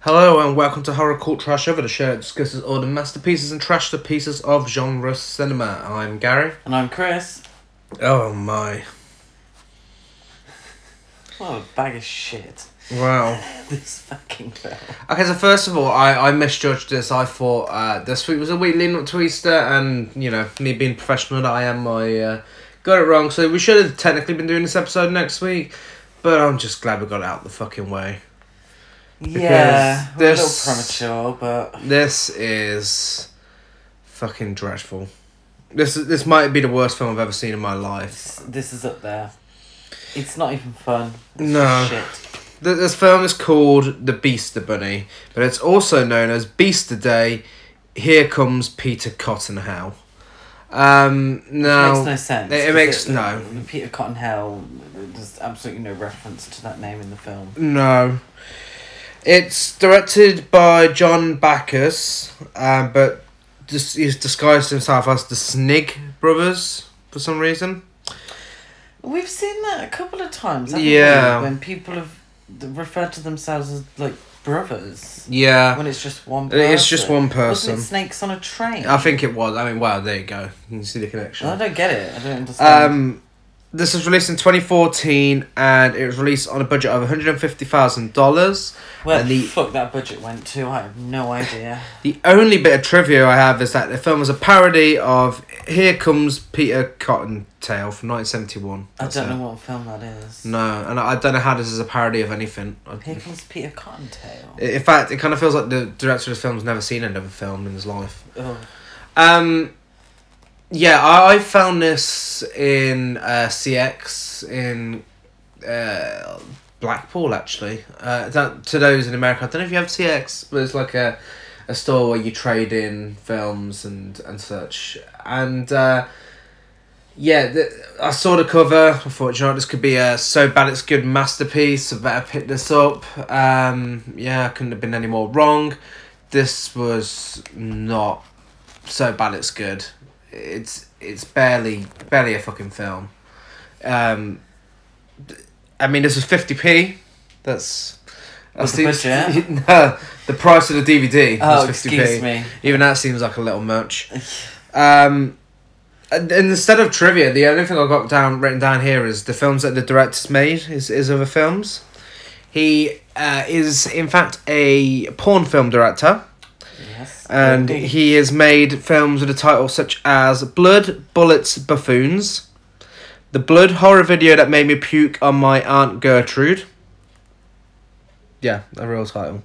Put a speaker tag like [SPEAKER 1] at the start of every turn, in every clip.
[SPEAKER 1] Hello and welcome to Horror Cult Trash Over, the show that discusses all the masterpieces and trash the pieces of genre cinema. I'm Gary.
[SPEAKER 2] And I'm Chris.
[SPEAKER 1] Oh my.
[SPEAKER 2] What a bag of shit.
[SPEAKER 1] Wow.
[SPEAKER 2] This fucking film.
[SPEAKER 1] Okay, so first of all, I, I misjudged this. I thought uh, this week was a week leading up to Easter, and, you know, me being professional that I am, I uh, got it wrong. So we should have technically been doing this episode next week, but I'm just glad we got it out the fucking way.
[SPEAKER 2] yeah, we're
[SPEAKER 1] this-
[SPEAKER 2] a little premature, but
[SPEAKER 1] This is fucking dreadful. This, is- this might be the worst film I've ever seen in my life.
[SPEAKER 2] this, this is up there. It's not even fun. It's
[SPEAKER 1] No.
[SPEAKER 2] just Shit.
[SPEAKER 1] Th- This film is called The Beaster Bunny, but it's also known as Beaster Day. Here comes Peter Cottonhow. Um,
[SPEAKER 2] It makes
[SPEAKER 1] now,
[SPEAKER 2] no sense.
[SPEAKER 1] it- it
[SPEAKER 2] 'cause
[SPEAKER 1] makes- no.
[SPEAKER 2] Peter Cottonhell, there's absolutely no reference to that name in the film.
[SPEAKER 1] no. It's directed by John Backus, um, but dis- he's disguised himself as the Snig Brothers for some reason.
[SPEAKER 2] We've seen that a couple of times, haven't
[SPEAKER 1] Yeah.
[SPEAKER 2] we? When people have th- referred to themselves as, like, brothers.
[SPEAKER 1] Yeah,
[SPEAKER 2] When it's just one person.
[SPEAKER 1] it's just one
[SPEAKER 2] Wasn't
[SPEAKER 1] person.
[SPEAKER 2] it Snakes on a Train?
[SPEAKER 1] I think it was. I mean, wow, there you go. You can see the connection.
[SPEAKER 2] I don't get it. I don't understand.
[SPEAKER 1] Um, this was released in 2014 and it was released on a budget of $150,000.
[SPEAKER 2] Where
[SPEAKER 1] And
[SPEAKER 2] the
[SPEAKER 1] the-
[SPEAKER 2] fuck that budget went to, I have no idea.
[SPEAKER 1] The only bit of trivia I have is that the film was a parody of Here Comes Peter Cottontail from 1971.
[SPEAKER 2] I
[SPEAKER 1] That's
[SPEAKER 2] don't
[SPEAKER 1] it.
[SPEAKER 2] know what film that is.
[SPEAKER 1] No, and I I don't know how this is a parody of anything. I-
[SPEAKER 2] Here comes Peter Cottontail.
[SPEAKER 1] In fact, it kind of feels like the director of this film's never seen another film in his life.
[SPEAKER 2] Oh,
[SPEAKER 1] Um, yeah, I, I found this in uh, CX in uh, Blackpool actually. Uh, that to those in America, I don't know if you have CX, but it's like a a store where you trade in films and and such. And uh, yeah, th I saw the cover. I thought, you know, what, this could be a so bad it's good masterpiece. I better pick this up. Um, yeah, I couldn't have been any more wrong. This was not so bad it's good. It's it's barely barely a fucking film. Um, th- I mean, this was fifty p. That's
[SPEAKER 2] Was the budget?
[SPEAKER 1] no, the price of the DVD
[SPEAKER 2] oh
[SPEAKER 1] was fifty
[SPEAKER 2] excuse
[SPEAKER 1] p.
[SPEAKER 2] me.
[SPEAKER 1] Even that seems like a little much. Um, and and instead of trivia, the only thing I got down written down here is the films that the director's made. His his other films. He uh, is in fact a porn film director
[SPEAKER 2] Yes.
[SPEAKER 1] and
[SPEAKER 2] indeed.
[SPEAKER 1] he has made films with a title such as Blood, Bullets, Buffoons, the Blood horror video that made me puke on my Aunt Gertrude. Yeah, a real title.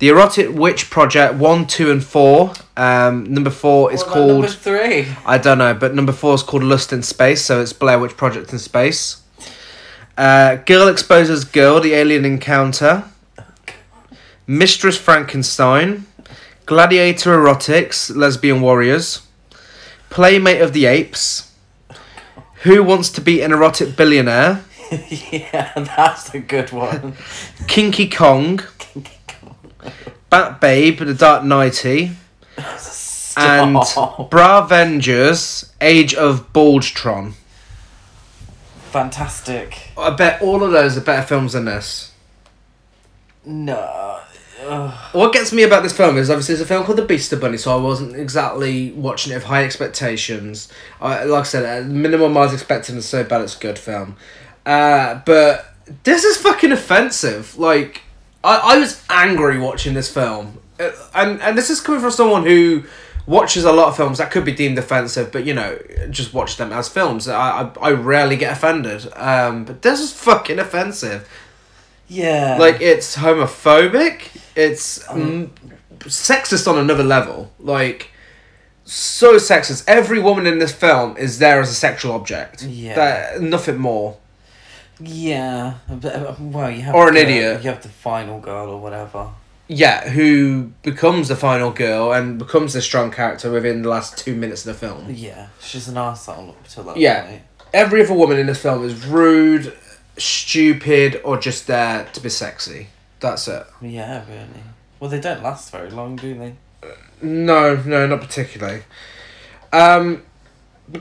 [SPEAKER 1] The Erotic Witch Project 1, 2, and 4. Um, number 4 is
[SPEAKER 2] What about
[SPEAKER 1] called.
[SPEAKER 2] number three.
[SPEAKER 1] I don't know, but number 4 is called Lust in Space, so it's Blair Witch Project in Space. Uh, Girl Exposes Girl, The Alien Encounter. Mistress Frankenstein, Gladiator Erotics, Lesbian Warriors, Playmate of the Apes, Who Wants to Be an Erotic Billionaire,
[SPEAKER 2] yeah, that's a good one.
[SPEAKER 1] Kinky Kong, Bat Babe, The Dark Nighty, and
[SPEAKER 2] Stop.
[SPEAKER 1] Bravengers, Age of Baldtron.
[SPEAKER 2] fantastic.
[SPEAKER 1] I bet all of those are better films than this.
[SPEAKER 2] No. Ugh.
[SPEAKER 1] What gets me about this film is obviously it's a film called The Beaster Bunny, so I wasn't exactly watching it with high expectations. I, like I said, at minimum I was expecting a so bad it's good film. Uh, but this is fucking offensive. Like, I, I was angry watching this film. Uh, And, and this is coming from someone who watches a lot of films that could be deemed offensive, but you know, just watch them as films. I, I, I rarely get offended. Um, but this is fucking offensive
[SPEAKER 2] Yeah.
[SPEAKER 1] like it's homophobic it's mm, sexist on another level like so sexist every woman in this film is there as a sexual object
[SPEAKER 2] Yeah.
[SPEAKER 1] That- nothing more
[SPEAKER 2] Yeah. but, uh, Well, you have.
[SPEAKER 1] Or an
[SPEAKER 2] the-
[SPEAKER 1] idiot.
[SPEAKER 2] You have the final girl or whatever.
[SPEAKER 1] yeah who becomes the final girl and becomes the strong character within the last two minutes of the film
[SPEAKER 2] Yeah, she's an arsehole up till that
[SPEAKER 1] Yeah.
[SPEAKER 2] point.
[SPEAKER 1] every other woman in this film is rude stupid or just there to be sexy that's it
[SPEAKER 2] Yeah, really. Well, they don't last very long, do they?
[SPEAKER 1] No, no, not particularly. Um,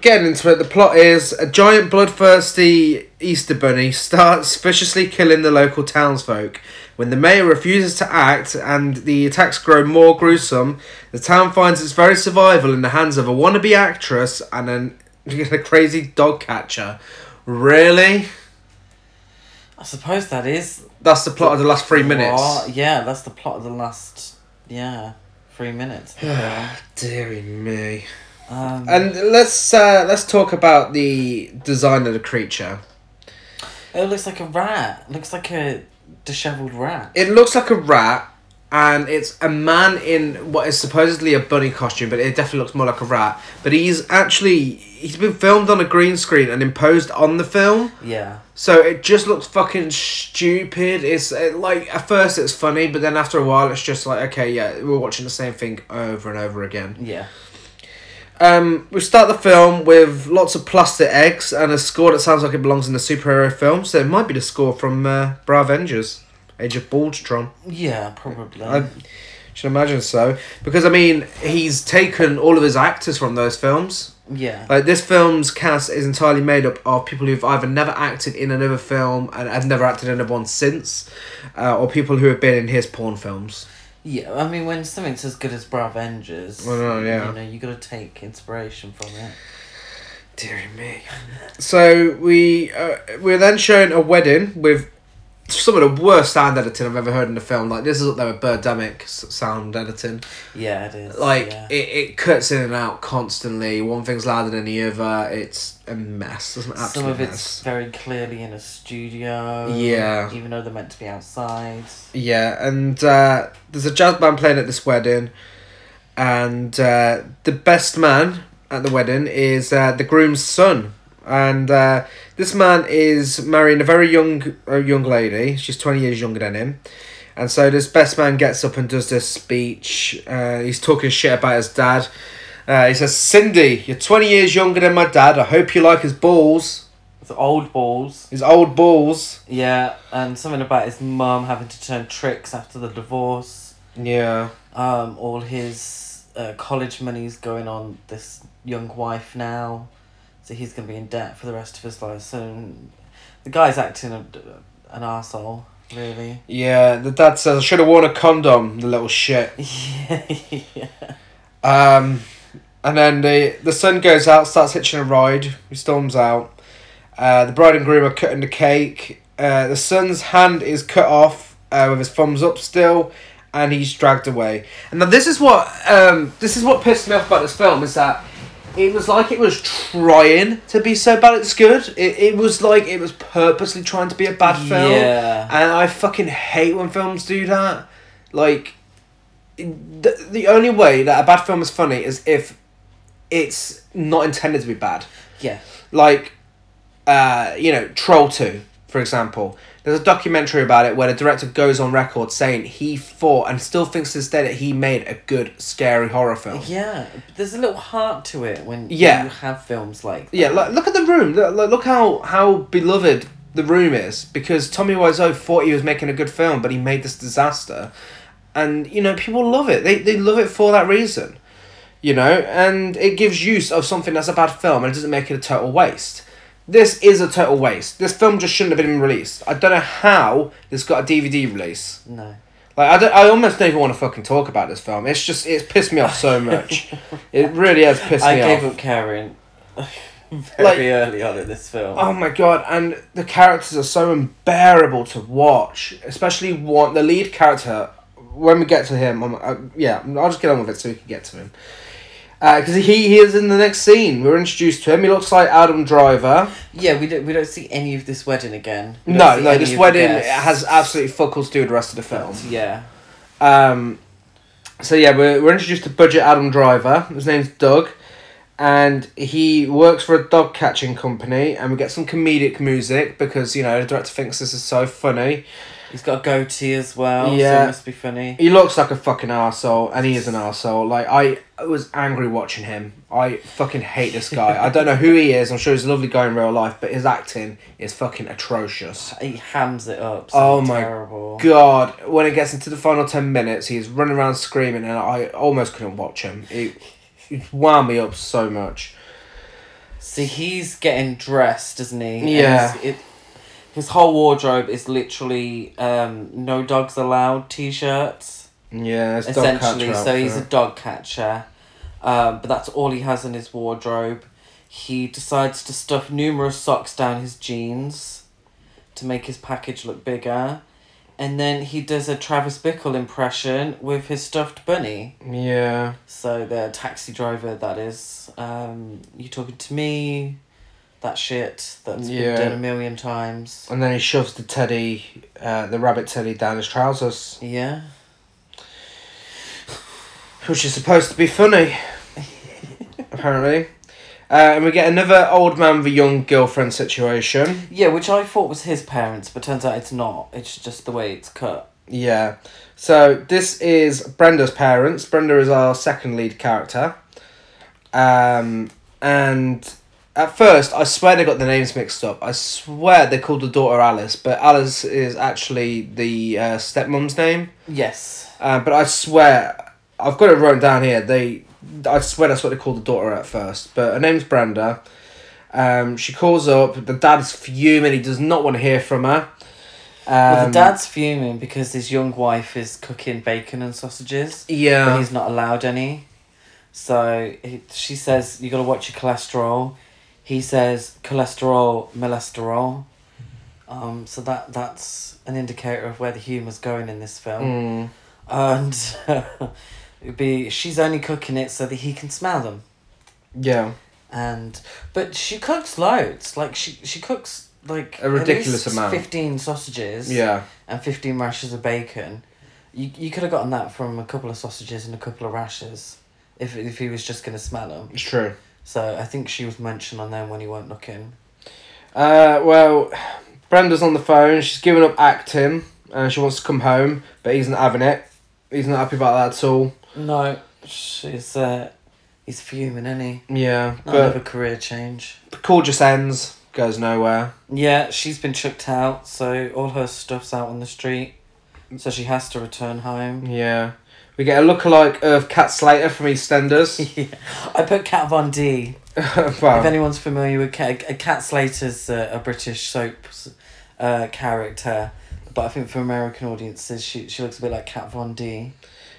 [SPEAKER 1] getting into it, the plot is a giant bloodthirsty Easter bunny starts viciously killing the local townsfolk. When the mayor refuses to act and the attacks grow more gruesome, the town finds its very survival in the hands of a wannabe actress and an, a crazy dog catcher. Really?
[SPEAKER 2] I suppose that is
[SPEAKER 1] That's the plot of the last three minutes.
[SPEAKER 2] Well, yeah, that's the plot of the last yeah three minutes.
[SPEAKER 1] Deary me.
[SPEAKER 2] um,
[SPEAKER 1] And let's uh, let's talk about the design of the creature.
[SPEAKER 2] it looks like a rat. looks like a dishevelled rat.
[SPEAKER 1] It looks like a rat, and it's a man in what is supposedly a bunny costume, but it definitely looks more like a rat. But he's actually he's been filmed on a green screen and imposed on the film,
[SPEAKER 2] yeah,
[SPEAKER 1] so it just looks fucking stupid. It's it, like at first it's funny, but then after a while it's just like okay, yeah, we're watching the same thing over and over again.
[SPEAKER 2] yeah.
[SPEAKER 1] Um, we start the film with lots of plastic eggs and a score that sounds like it belongs in a superhero film, so it might be the score from uh, Bra Avengers, Age of Baldtron.
[SPEAKER 2] Yeah, probably.
[SPEAKER 1] I should imagine so. Because, I mean, he's taken all of his actors from those films.
[SPEAKER 2] yeah,
[SPEAKER 1] Like, this film's cast is entirely made up of people who've either never acted in another film and have never acted in another one since, uh, or people who have been in his porn films.
[SPEAKER 2] yeah. I mean, when something's as good as Bravengers,
[SPEAKER 1] Well, no, yeah.
[SPEAKER 2] you know, you got to take inspiration from it.
[SPEAKER 1] Dear me. So we uh, we're then shown a wedding with some of the worst sound editing I've ever heard in a film. Like this is up there with Birdemic s- sound editing.
[SPEAKER 2] Yeah, it is.
[SPEAKER 1] Like
[SPEAKER 2] yeah.
[SPEAKER 1] it, it cuts in and out constantly. One thing's louder than the other. It's a mess. It's an absolute
[SPEAKER 2] some of it's
[SPEAKER 1] mess.
[SPEAKER 2] very clearly in a studio.
[SPEAKER 1] Yeah.
[SPEAKER 2] even though they're meant to be outside.
[SPEAKER 1] Yeah, and uh, there's a jazz band playing at this wedding, and uh, the best man at the wedding is uh, the groom's son, and uh, this man is marrying a very young uh, young lady. She's twenty years younger than him, and so this best man gets up and does this speech. Uh, he's talking shit about his dad. Uh, he says, "Cindy, you're twenty years younger than my dad. I hope you like his balls,
[SPEAKER 2] It's old balls.
[SPEAKER 1] his old balls."
[SPEAKER 2] Yeah, and something about his mum having to turn tricks after the divorce.
[SPEAKER 1] Yeah.
[SPEAKER 2] Um, all his uh, college money's going on this young wife now, so he's gonna be in debt for the rest of his life. So the guy's acting a, an asshole, really.
[SPEAKER 1] Yeah, the dad says I should have worn a condom, the little shit.
[SPEAKER 2] yeah.
[SPEAKER 1] Um, and then the the son goes out, starts hitching a ride. He storms out. Uh, the bride and groom are cutting the cake. Uh, the son's hand is cut off uh, with his thumbs up still, and he's dragged away. And now this is what um, this is what pissed me off about this film is that it was like it was trying to be so bad it's good. It, it was like it was purposely trying to be a bad film.
[SPEAKER 2] Yeah.
[SPEAKER 1] And I fucking hate when films do that. Like, the, the only way that a bad film is funny is if it's not intended to be bad.
[SPEAKER 2] Yeah.
[SPEAKER 1] Like, uh, you know, Troll 2, for example. There's a documentary about it where the director goes on record saying he thought and still thinks to this day that he made a good, scary horror film.
[SPEAKER 2] Yeah. but There's a little heart to it when
[SPEAKER 1] Yeah.
[SPEAKER 2] you have films like that.
[SPEAKER 1] Yeah, like, look at the room. Look, look- look how, how beloved the room is because Tommy Wiseau thought he was making a good film, but he made this disaster. And, you know, people love it. They, they love it for that reason, you know, and it gives use of something that's a bad film and it doesn't make it a total waste. This is a total waste. This film just shouldn't have been released. I don't know how this got a DVD release.
[SPEAKER 2] No.
[SPEAKER 1] Like I, don't, I almost don't even want to fucking talk about this film. It's just it's pissed me off so much. it really has pissed
[SPEAKER 2] I
[SPEAKER 1] me off.
[SPEAKER 2] gave up caring very
[SPEAKER 1] Like-
[SPEAKER 2] early on in this film.
[SPEAKER 1] Oh my god! And the characters are so unbearable to watch, especially one the lead character. When we get to him, I'm, uh, yeah, I'll just get on with it so we can get to him. Because he, he is in the next scene. We're introduced to him. He looks like Adam Driver.
[SPEAKER 2] Yeah, we don't we don't see any of this wedding again. We don't
[SPEAKER 1] No,
[SPEAKER 2] see
[SPEAKER 1] no,
[SPEAKER 2] any
[SPEAKER 1] this
[SPEAKER 2] of the
[SPEAKER 1] wedding
[SPEAKER 2] guests.
[SPEAKER 1] has absolutely fuck all to do with the rest of the film.
[SPEAKER 2] Yeah,
[SPEAKER 1] Um, so yeah, we're, we're introduced to Budget Adam Driver. His name's Doug, and he works for a dog catching company. And we get some comedic music because you know the director thinks this is so funny.
[SPEAKER 2] he's got a goatee as well. so
[SPEAKER 1] Yeah.
[SPEAKER 2] it must be funny.
[SPEAKER 1] He looks like a fucking asshole, and he is an asshole. Like I was angry watching him. I fucking hate this guy. I don't know who he is. I'm sure he's a lovely guy in real life, but his acting is fucking atrocious.
[SPEAKER 2] He hams it up. So
[SPEAKER 1] Oh my
[SPEAKER 2] terrible.
[SPEAKER 1] God, when it gets into the final 10 minutes, he's running around screaming, and I almost couldn't watch him. It, it wound me up so much.
[SPEAKER 2] See, he's getting dressed, isn't he? And
[SPEAKER 1] Yeah.
[SPEAKER 2] his- it, his whole wardrobe is literally um, no dogs allowed t shirts,
[SPEAKER 1] Yeah, it's
[SPEAKER 2] essentially.
[SPEAKER 1] Dog catcher
[SPEAKER 2] So he's a
[SPEAKER 1] outfit.
[SPEAKER 2] dog catcher. Um, but that's all he has in his wardrobe. He decides to stuff numerous socks down his jeans to make his package look bigger. And then he does a Travis Bickle impression with his stuffed bunny.
[SPEAKER 1] yeah.
[SPEAKER 2] So the taxi driver that is, um, you talking to me, that shit that's
[SPEAKER 1] Yeah.
[SPEAKER 2] been done a million times.
[SPEAKER 1] And then he shoves the teddy, uh, the rabbit teddy, down his trousers,
[SPEAKER 2] Yeah.
[SPEAKER 1] which is supposed to be funny, apparently. Uh, and we get another old man with young girlfriend situation.
[SPEAKER 2] Yeah, which I thought was his parents, but turns out it's not. It's just the way it's cut.
[SPEAKER 1] Yeah. So this is Brenda's parents. Brenda is our second lead character. Um, and at first, I swear they got the names mixed up. I swear they called the daughter Alice, but Alice is actually the uh, stepmom's name.
[SPEAKER 2] Yes.
[SPEAKER 1] Uh, but I swear, I've got it written down here. They, I swear that's what they called the daughter at first. But her name's Brenda. Um, she calls up. The dad's fuming. He does not want to hear from her. Um,
[SPEAKER 2] well, the dad's fuming because his young wife is cooking bacon and sausages, but
[SPEAKER 1] Yeah.
[SPEAKER 2] he's not allowed any. So he, she says, you gotta watch your cholesterol. He says, cholesterol, molesterol. Um, so that that's an indicator of where the humour's going in this film.
[SPEAKER 1] Mm.
[SPEAKER 2] and it'd be she's only cooking it so that he can smell them
[SPEAKER 1] Yeah.
[SPEAKER 2] and but she cooks loads like she she cooks like
[SPEAKER 1] A ridiculous
[SPEAKER 2] at least
[SPEAKER 1] amount.
[SPEAKER 2] 15 sausages
[SPEAKER 1] Yeah.
[SPEAKER 2] and 15 rashers of bacon you, you could have gotten that from a couple of sausages and a couple of rashers if, if he was just going to smell them
[SPEAKER 1] It's true.
[SPEAKER 2] so i think she was mentioned on them when he weren't looking
[SPEAKER 1] Uh, well, Brenda's on the phone. She's given up acting, and she wants to come home, but he's not having it. He's not happy about that at all.
[SPEAKER 2] no she's uh he's fuming isn't he
[SPEAKER 1] Yeah.
[SPEAKER 2] not another
[SPEAKER 1] But
[SPEAKER 2] career change
[SPEAKER 1] the call just ends. Goes nowhere.
[SPEAKER 2] Yeah, she's been chucked out, so all her stuff's out on the street. So she has to return home.
[SPEAKER 1] Yeah. We get a lookalike of Cat Slater from EastEnders.
[SPEAKER 2] Yeah. I put Kat Von D. If
[SPEAKER 1] well,
[SPEAKER 2] anyone's familiar with Kat, uh, Kat Slater's uh, a British soap uh, character, but I think for American audiences, she, she looks a bit like Kat Von D.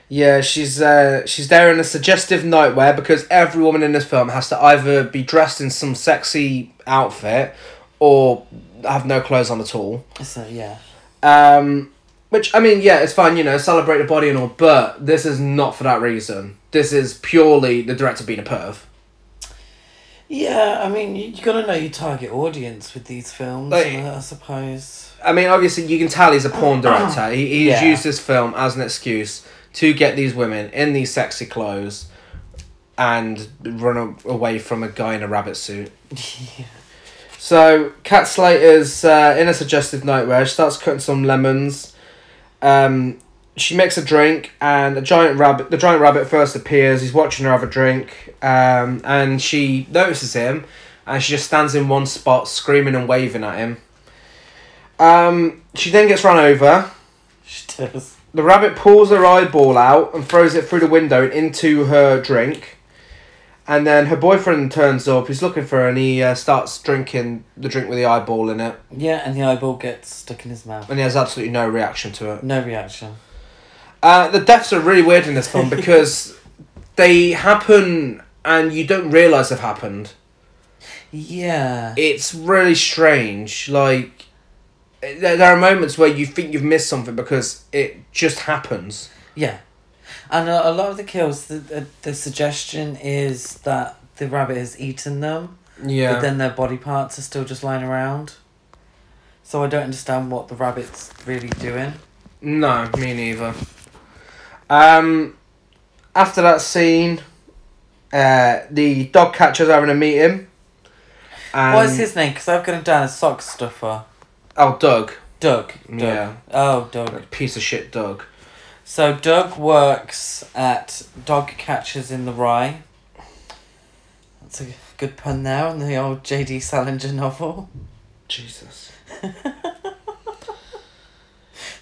[SPEAKER 1] yeah, she's uh, she's there in a suggestive nightwear because every woman in this film has to either be dressed in some sexy outfit or have no clothes on at all.
[SPEAKER 2] So, yeah.
[SPEAKER 1] Um, which I mean, yeah, it's fine, you know, celebrate the body and all, but this is not for that reason. This is purely the director being a perv.
[SPEAKER 2] Yeah, I mean, you, you gotta know your target audience with these films,
[SPEAKER 1] Like-
[SPEAKER 2] uh, I suppose.
[SPEAKER 1] I mean, obviously, you can tell he's a porn director. He, he's
[SPEAKER 2] Yeah.
[SPEAKER 1] used this film as an excuse to get these women in these sexy clothes and run a- away from a guy in a rabbit suit.
[SPEAKER 2] yeah.
[SPEAKER 1] So, Cat Slater's uh, in a suggestive nightwear. She starts cutting some lemons. Um, she makes a drink, and a giant rabbit. The giant rabbit first appears. He's watching her have a drink, um, and she notices him, and she just stands in one spot, screaming and waving at him. Um, she then gets run over.
[SPEAKER 2] She does.
[SPEAKER 1] The rabbit pulls her eyeball out and throws it through the window and into her drink. And then her boyfriend turns up. He's looking for her, and he uh, starts drinking the drink with the eyeball in it,
[SPEAKER 2] Yeah, and the eyeball gets stuck in his mouth.
[SPEAKER 1] and he has absolutely no reaction to it.
[SPEAKER 2] No reaction.
[SPEAKER 1] Uh, the deaths are really weird in this film because they happen and you don't realize they've happened.
[SPEAKER 2] Yeah.
[SPEAKER 1] It's really strange. Like there, there are moments where you think you've missed something because it just happens.
[SPEAKER 2] Yeah, and a, a lot of the kills, the, the the suggestion is that the rabbit has eaten them, but then their body parts are still just lying around. So I don't understand what the rabbit's really doing.
[SPEAKER 1] No, me neither. Um, after that scene, uh, the dog catcher's having a meeting. And,
[SPEAKER 2] what is his name? Because I've got him down as sock stuffer.
[SPEAKER 1] Oh, Doug.
[SPEAKER 2] Doug. Doug.
[SPEAKER 1] Yeah.
[SPEAKER 2] Oh, Doug.
[SPEAKER 1] Piece of shit, Doug.
[SPEAKER 2] So Doug works at Dog Catchers in the Rye. That's a good pun there on the old J.D. Salinger novel.
[SPEAKER 1] Jesus.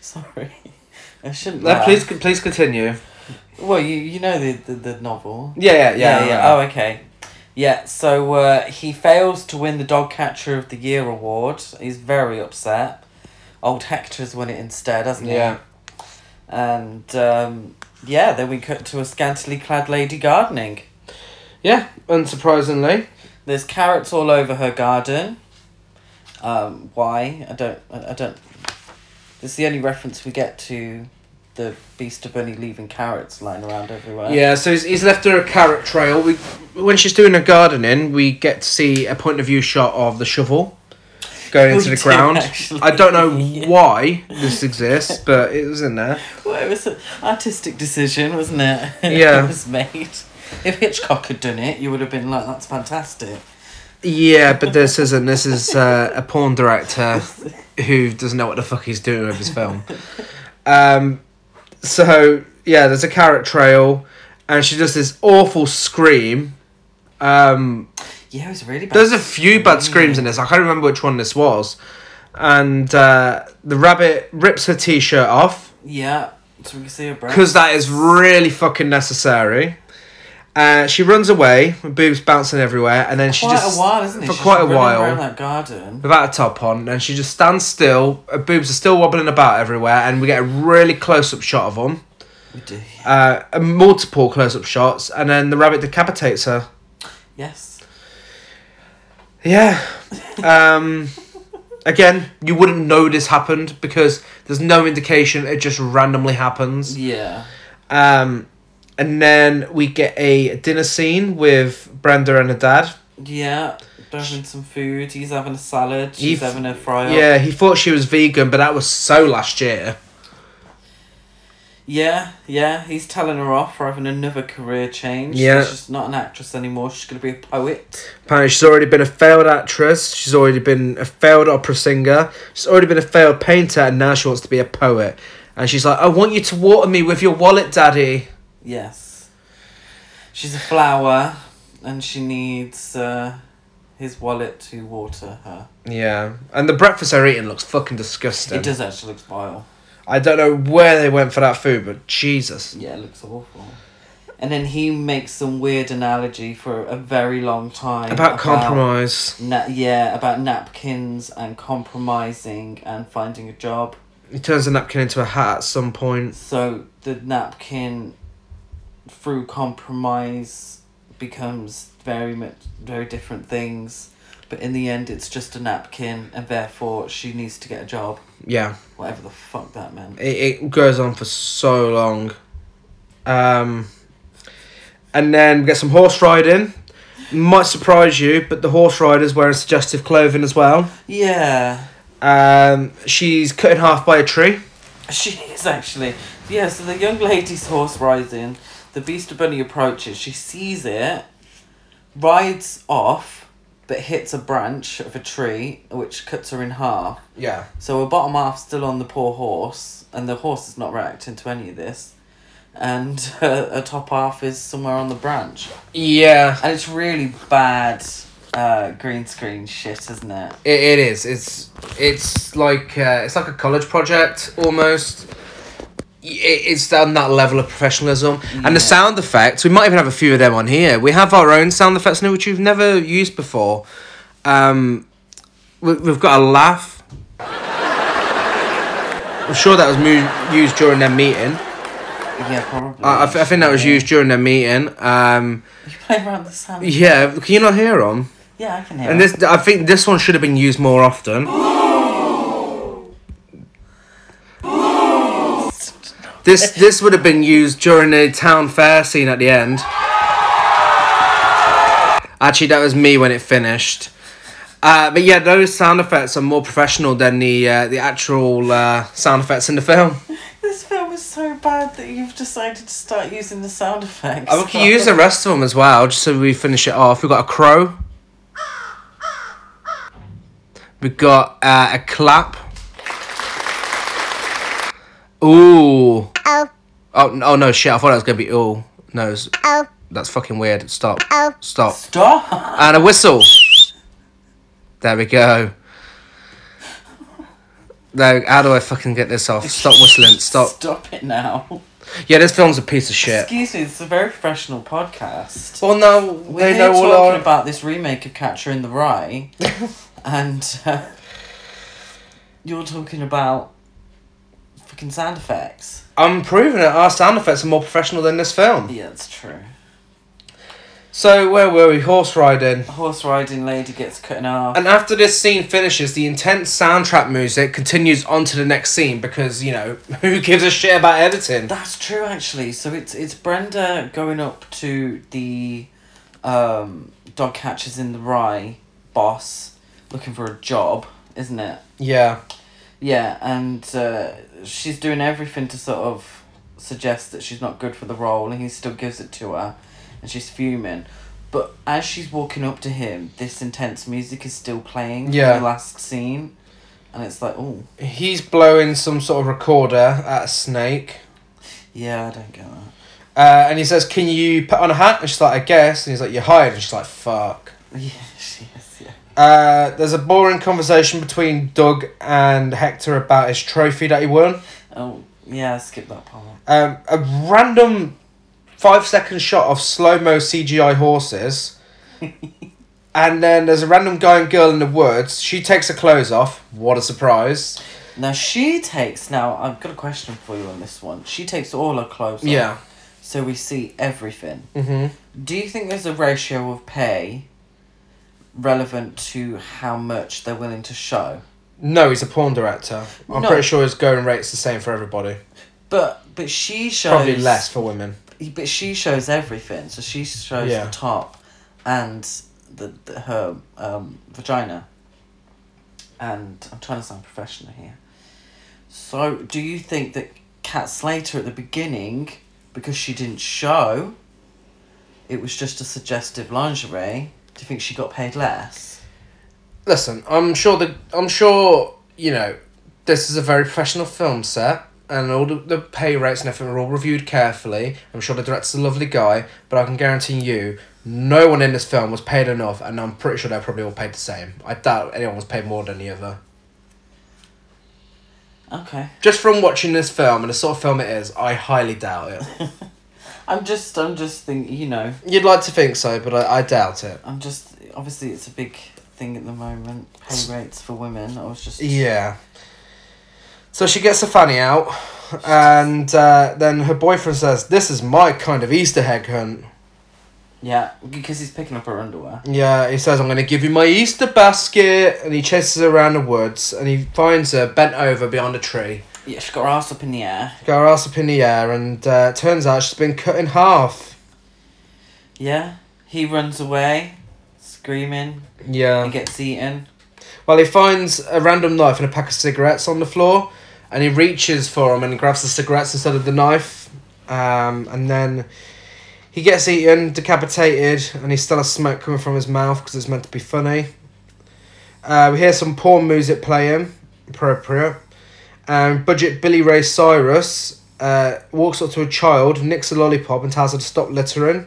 [SPEAKER 2] Sorry. I shouldn't.
[SPEAKER 1] No,
[SPEAKER 2] laugh.
[SPEAKER 1] please, please continue.
[SPEAKER 2] Well, you you know the the, the novel.
[SPEAKER 1] Yeah, yeah, yeah.
[SPEAKER 2] Oh, okay. Yeah, so uh, he fails to win the Dog Catcher of the Year award. He's very upset. Old Hector's won it instead, hasn't he?
[SPEAKER 1] Yeah.
[SPEAKER 2] And um, yeah, then we cut to a scantily clad lady gardening.
[SPEAKER 1] Yeah, unsurprisingly.
[SPEAKER 2] There's carrots all over her garden. Um, why? I don't. I, I don't. This is the only reference we get to the Beast of Bunny leaving carrots lying around everywhere.
[SPEAKER 1] Yeah, so he's, he's left her a carrot trail. We when she's doing her gardening, we get to see a point of view shot of the shovel going
[SPEAKER 2] We
[SPEAKER 1] into the
[SPEAKER 2] Oh, do,
[SPEAKER 1] ground.
[SPEAKER 2] actually.
[SPEAKER 1] I don't know
[SPEAKER 2] Yeah.
[SPEAKER 1] why this exists, but it was in there.
[SPEAKER 2] Well, it was an artistic decision, wasn't it?
[SPEAKER 1] Yeah.
[SPEAKER 2] it was made. If Hitchcock had done it, you would have been like, that's fantastic.
[SPEAKER 1] Yeah, but this isn't. This is uh, a porn director who doesn't know what the fuck he's doing with his film. Um, so yeah, there's a carrot trail, and she does this awful scream. Um,
[SPEAKER 2] Yeah, it was really bad.
[SPEAKER 1] There's a few bad screams in this. I can't remember which one this was. And uh, the rabbit rips her t shirt off
[SPEAKER 2] Yeah, so we can see her breath.
[SPEAKER 1] because that is really fucking necessary. Uh, she runs away, with boobs bouncing everywhere, and then she
[SPEAKER 2] quite
[SPEAKER 1] just
[SPEAKER 2] a while, isn't it?
[SPEAKER 1] for
[SPEAKER 2] She's
[SPEAKER 1] quite a
[SPEAKER 2] running around
[SPEAKER 1] while
[SPEAKER 2] that garden.
[SPEAKER 1] without a top on, and she just stands still. Her boobs are still wobbling about everywhere, and we get a really close up shot of them,
[SPEAKER 2] We do.
[SPEAKER 1] uh, and multiple close up shots, and then the rabbit decapitates her.
[SPEAKER 2] Yes.
[SPEAKER 1] Yeah. Um, again, you wouldn't know this happened because there's no indication. It just randomly happens.
[SPEAKER 2] Yeah.
[SPEAKER 1] Um, and then we get a dinner scene with Brenda and her dad.
[SPEAKER 2] Yeah. They're having some food. He's having a salad.
[SPEAKER 1] He
[SPEAKER 2] She's
[SPEAKER 1] f-
[SPEAKER 2] having a fry up.
[SPEAKER 1] Yeah, he thought she was vegan, but that was so last year.
[SPEAKER 2] Yeah, yeah. He's telling her off for having another career change.
[SPEAKER 1] Yeah.
[SPEAKER 2] She's not an actress anymore. She's going to be a poet.
[SPEAKER 1] Apparently, she's already been a failed actress. She's already been a failed opera singer. She's already been a failed painter, and now she wants to be a poet. And she's like, "I want you to water me with your wallet, Daddy."
[SPEAKER 2] Yes. She's a flower and she needs uh, his wallet to water her.
[SPEAKER 1] Yeah, and the breakfast they're eating looks fucking disgusting.
[SPEAKER 2] It does actually look vile.
[SPEAKER 1] I don't know where they went for that food, but Jesus.
[SPEAKER 2] Yeah, it looks awful. And then he makes some weird analogy for a very long time
[SPEAKER 1] About compromise.
[SPEAKER 2] Na- yeah, about napkins and compromising and finding a job.
[SPEAKER 1] He turns a napkin into a hat at some point.
[SPEAKER 2] So the napkin, through compromise, becomes very much very different things. But in the end, it's just a napkin, and therefore she needs to get a job,
[SPEAKER 1] Yeah.
[SPEAKER 2] whatever the fuck that meant.
[SPEAKER 1] It, it goes on for so long. Um, and then we get some horse riding. Might surprise you, but the horse rider's wearing suggestive clothing as well.
[SPEAKER 2] Yeah,
[SPEAKER 1] Um, she's cut in half by a tree.
[SPEAKER 2] she is actually. Yeah, so the young lady's horse rising, the beast of bunny approaches. She sees it, rides off, but hits a branch of a tree, which cuts her in half.
[SPEAKER 1] Yeah.
[SPEAKER 2] So her bottom half's still on the poor horse, and the horse is not reacting to any of this. And her, her top half is somewhere on the branch.
[SPEAKER 1] Yeah.
[SPEAKER 2] And it's really bad uh, green screen shit, isn't it?
[SPEAKER 1] It, it is. It's it's like uh, it's like a college project almost. Y- It, it's on that level of professionalism and the
[SPEAKER 2] Yeah.
[SPEAKER 1] sound effects. We might even have a few of them on here. We have our own sound effects now, which we've never used before. Um, we, we've got a laugh. I'm sure that was mu- used during their meeting.
[SPEAKER 2] Yeah, probably.
[SPEAKER 1] I, I, th- I think that was
[SPEAKER 2] actually.
[SPEAKER 1] used during their meeting. Um,
[SPEAKER 2] You play around the sound.
[SPEAKER 1] yeah,
[SPEAKER 2] Yeah,
[SPEAKER 1] can you not hear them?
[SPEAKER 2] I can hear.
[SPEAKER 1] And
[SPEAKER 2] it.
[SPEAKER 1] this, I think this one should have been used more often. This this would have been used during the town fair scene at the end. Actually, that was me when it finished. Uh, but yeah, those sound effects are more professional than the uh, the actual uh, sound effects in the film.
[SPEAKER 2] This film is so bad that you've decided to start using the sound effects.
[SPEAKER 1] I can use the rest of them as well, just so we finish it off. We've got a crow. We've got uh, a clap. Ooh.
[SPEAKER 3] Oh,
[SPEAKER 1] Oh, n- oh no, shit. I thought that was going to be ooh. No, it's-
[SPEAKER 3] oh,
[SPEAKER 1] that's fucking weird. Stop.
[SPEAKER 3] oh.
[SPEAKER 1] Stop.
[SPEAKER 2] Stop.
[SPEAKER 1] And a whistle. There we go. No, how do I fucking get this off? Stop whistling. Stop.
[SPEAKER 2] Stop it now.
[SPEAKER 1] Yeah, this film's a piece of shit.
[SPEAKER 2] Excuse me, this is a very professional podcast.
[SPEAKER 1] Well, now
[SPEAKER 2] We're
[SPEAKER 1] they
[SPEAKER 2] here
[SPEAKER 1] know all
[SPEAKER 2] talking
[SPEAKER 1] our.
[SPEAKER 2] about this remake of Catcher in the Rye, and uh, you're talking about fucking sound effects.
[SPEAKER 1] I'm proving it. Our sound effects are more professional than this film.
[SPEAKER 2] Yeah, it's true.
[SPEAKER 1] So where were we? Horse riding.
[SPEAKER 2] A horse riding lady gets cut in half.
[SPEAKER 1] And after this scene finishes, the intense soundtrack music continues on to the next scene because, you know, who gives a shit about editing?
[SPEAKER 2] That's true, actually. So it's it's Brenda going up to the um, dog catchers in the Rye boss, looking for a job, isn't it?
[SPEAKER 1] Yeah.
[SPEAKER 2] Yeah, and uh, she's doing everything to sort of suggest that she's not good for the role, and he still gives it to her, and she's fuming. But as she's walking up to him, this intense music is still playing. from
[SPEAKER 1] Yeah.
[SPEAKER 2] The last scene, and it's like, oh,
[SPEAKER 1] He's blowing some sort of recorder at a snake.
[SPEAKER 2] yeah, I don't get that.
[SPEAKER 1] Uh, and he says, Can you put on a hat? And she's like, I guess. And he's like, You're hired. And she's like, Fuck.
[SPEAKER 2] Yeah, she is. Yeah.
[SPEAKER 1] Uh, there's a boring conversation between Doug and Hector about his trophy that he won.
[SPEAKER 2] Oh, yeah. Skip that part.
[SPEAKER 1] Um, a random five second shot of slow mo CGI horses. and then there's a random guy and girl in the woods. She takes her clothes off. What a surprise.
[SPEAKER 2] Now she takes. Now I've got a question for you on this one. She takes all her clothes. off,
[SPEAKER 1] Yeah.
[SPEAKER 2] so we see everything.
[SPEAKER 1] hmm
[SPEAKER 2] Do you think there's a ratio of pay relevant to how much they're willing to show?
[SPEAKER 1] No, he's a porn director. I'm
[SPEAKER 2] No.
[SPEAKER 1] pretty sure his going rate's the same for everybody.
[SPEAKER 2] But but she shows
[SPEAKER 1] Probably less for women.
[SPEAKER 2] But she shows everything. So she shows
[SPEAKER 1] Yeah.
[SPEAKER 2] the top and the, the her um, vagina. And I'm trying to sound professional here. So do you think that Cat Slater at the beginning, because she didn't show, it was just a suggestive lingerie? Do you think she got paid less?
[SPEAKER 1] Listen, I'm sure the I'm sure you know this is a very professional film set, and all the, the pay rates and everything are all reviewed carefully. I'm sure the director's a lovely guy, but I can guarantee you, no one in this film was paid enough, and I'm pretty sure they're probably all paid the same. I doubt anyone was paid more than the other.
[SPEAKER 2] Okay.
[SPEAKER 1] Just from watching this film and the sort of film it is, I highly doubt it.
[SPEAKER 2] I'm just, I'm just thinking, you know,
[SPEAKER 1] You'd like to think so, but I, I doubt it.
[SPEAKER 2] I'm just, obviously it's a big thing at the moment, pay rates for women. I was just,
[SPEAKER 1] Yeah. So she gets her fanny out, and uh, then her boyfriend says, "This is my kind of Easter egg hunt."
[SPEAKER 2] yeah, because he's picking up her underwear.
[SPEAKER 1] Yeah, he says, I'm going to give you my Easter basket. And he chases her around the woods and he finds her bent over behind a tree.
[SPEAKER 2] Yeah, she's got her ass up in the air.
[SPEAKER 1] Got her ass up in the air, and uh, turns out she's been cut in half.
[SPEAKER 2] Yeah, he runs away, screaming,
[SPEAKER 1] Yeah.
[SPEAKER 2] and gets eaten.
[SPEAKER 1] Well, he finds a random knife and a pack of cigarettes on the floor, and he reaches for them and grabs the cigarettes instead of the knife. Um, and then he gets eaten, decapitated, and he still has smoke coming from his mouth because it's meant to be funny. Uh, we hear some porn music playing, appropriate. Um, budget Billy Ray Cyrus uh, walks up to a child, nicks a lollipop, and tells her to stop littering.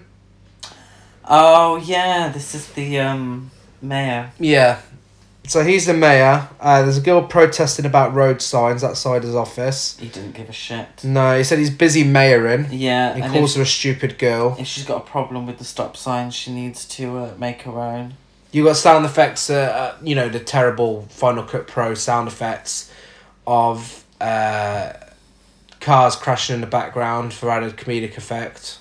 [SPEAKER 2] Oh yeah, this is the um mayor.
[SPEAKER 1] Yeah. So he's the mayor. Uh, there's a girl protesting about road signs outside his office.
[SPEAKER 2] He didn't give a shit.
[SPEAKER 1] No, he said he's busy mayoring.
[SPEAKER 2] Yeah,
[SPEAKER 1] He
[SPEAKER 2] and
[SPEAKER 1] calls
[SPEAKER 2] if,
[SPEAKER 1] her a stupid girl.
[SPEAKER 2] if she's got a problem with the stop sign, she needs to uh, make her own.
[SPEAKER 1] You got sound effects, uh, uh, you know, the terrible Final Cut Pro sound effects of uh, cars crashing in the background for added comedic effect.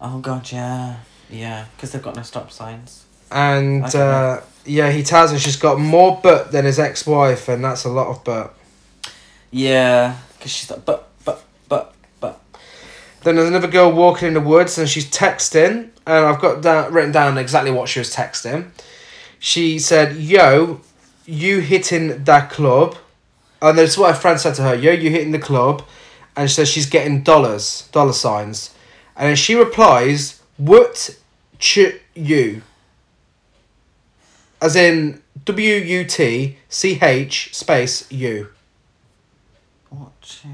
[SPEAKER 2] Oh god, yeah, yeah, because they've got no stop signs.
[SPEAKER 1] And
[SPEAKER 2] Okay.
[SPEAKER 1] uh, yeah, he tells her she's got more butt than his ex wife, and that's a lot of butt.
[SPEAKER 2] Yeah, because she's like, but, but, but, but.
[SPEAKER 1] Then there's another girl walking in the woods and she's texting, and I've got that written down exactly what she was texting. She said, "Yo, you hitting that club?" And that's what her friend said to her. "Yo, you hitting the club?" And she says she's getting dollars, dollar signs, and then she replies, "What, ch you?" As in W U T C H space U.
[SPEAKER 2] What? Yeah.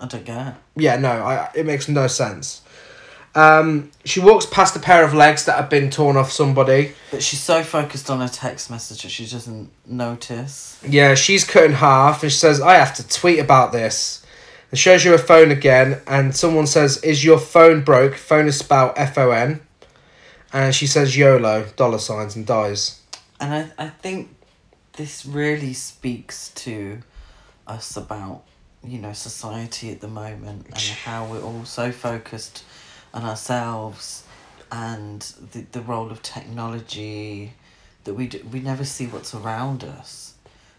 [SPEAKER 2] I don't get it.
[SPEAKER 1] Yeah, no, I, it makes no sense. Um, she walks past a pair of legs that have been torn off somebody.
[SPEAKER 2] But she's so focused on her text message that she doesn't notice.
[SPEAKER 1] Yeah, she's cut in half and she says, I have to tweet about this. It shows you a phone again, and someone says, "Is your phone broke?" Phone is spelled F O N, and she says YOLO dollar signs and dies.
[SPEAKER 2] And I, I think this really speaks to us about, you know, society at the moment and how we're all so focused on ourselves and the, the role of technology that we, d- we never see what's around us.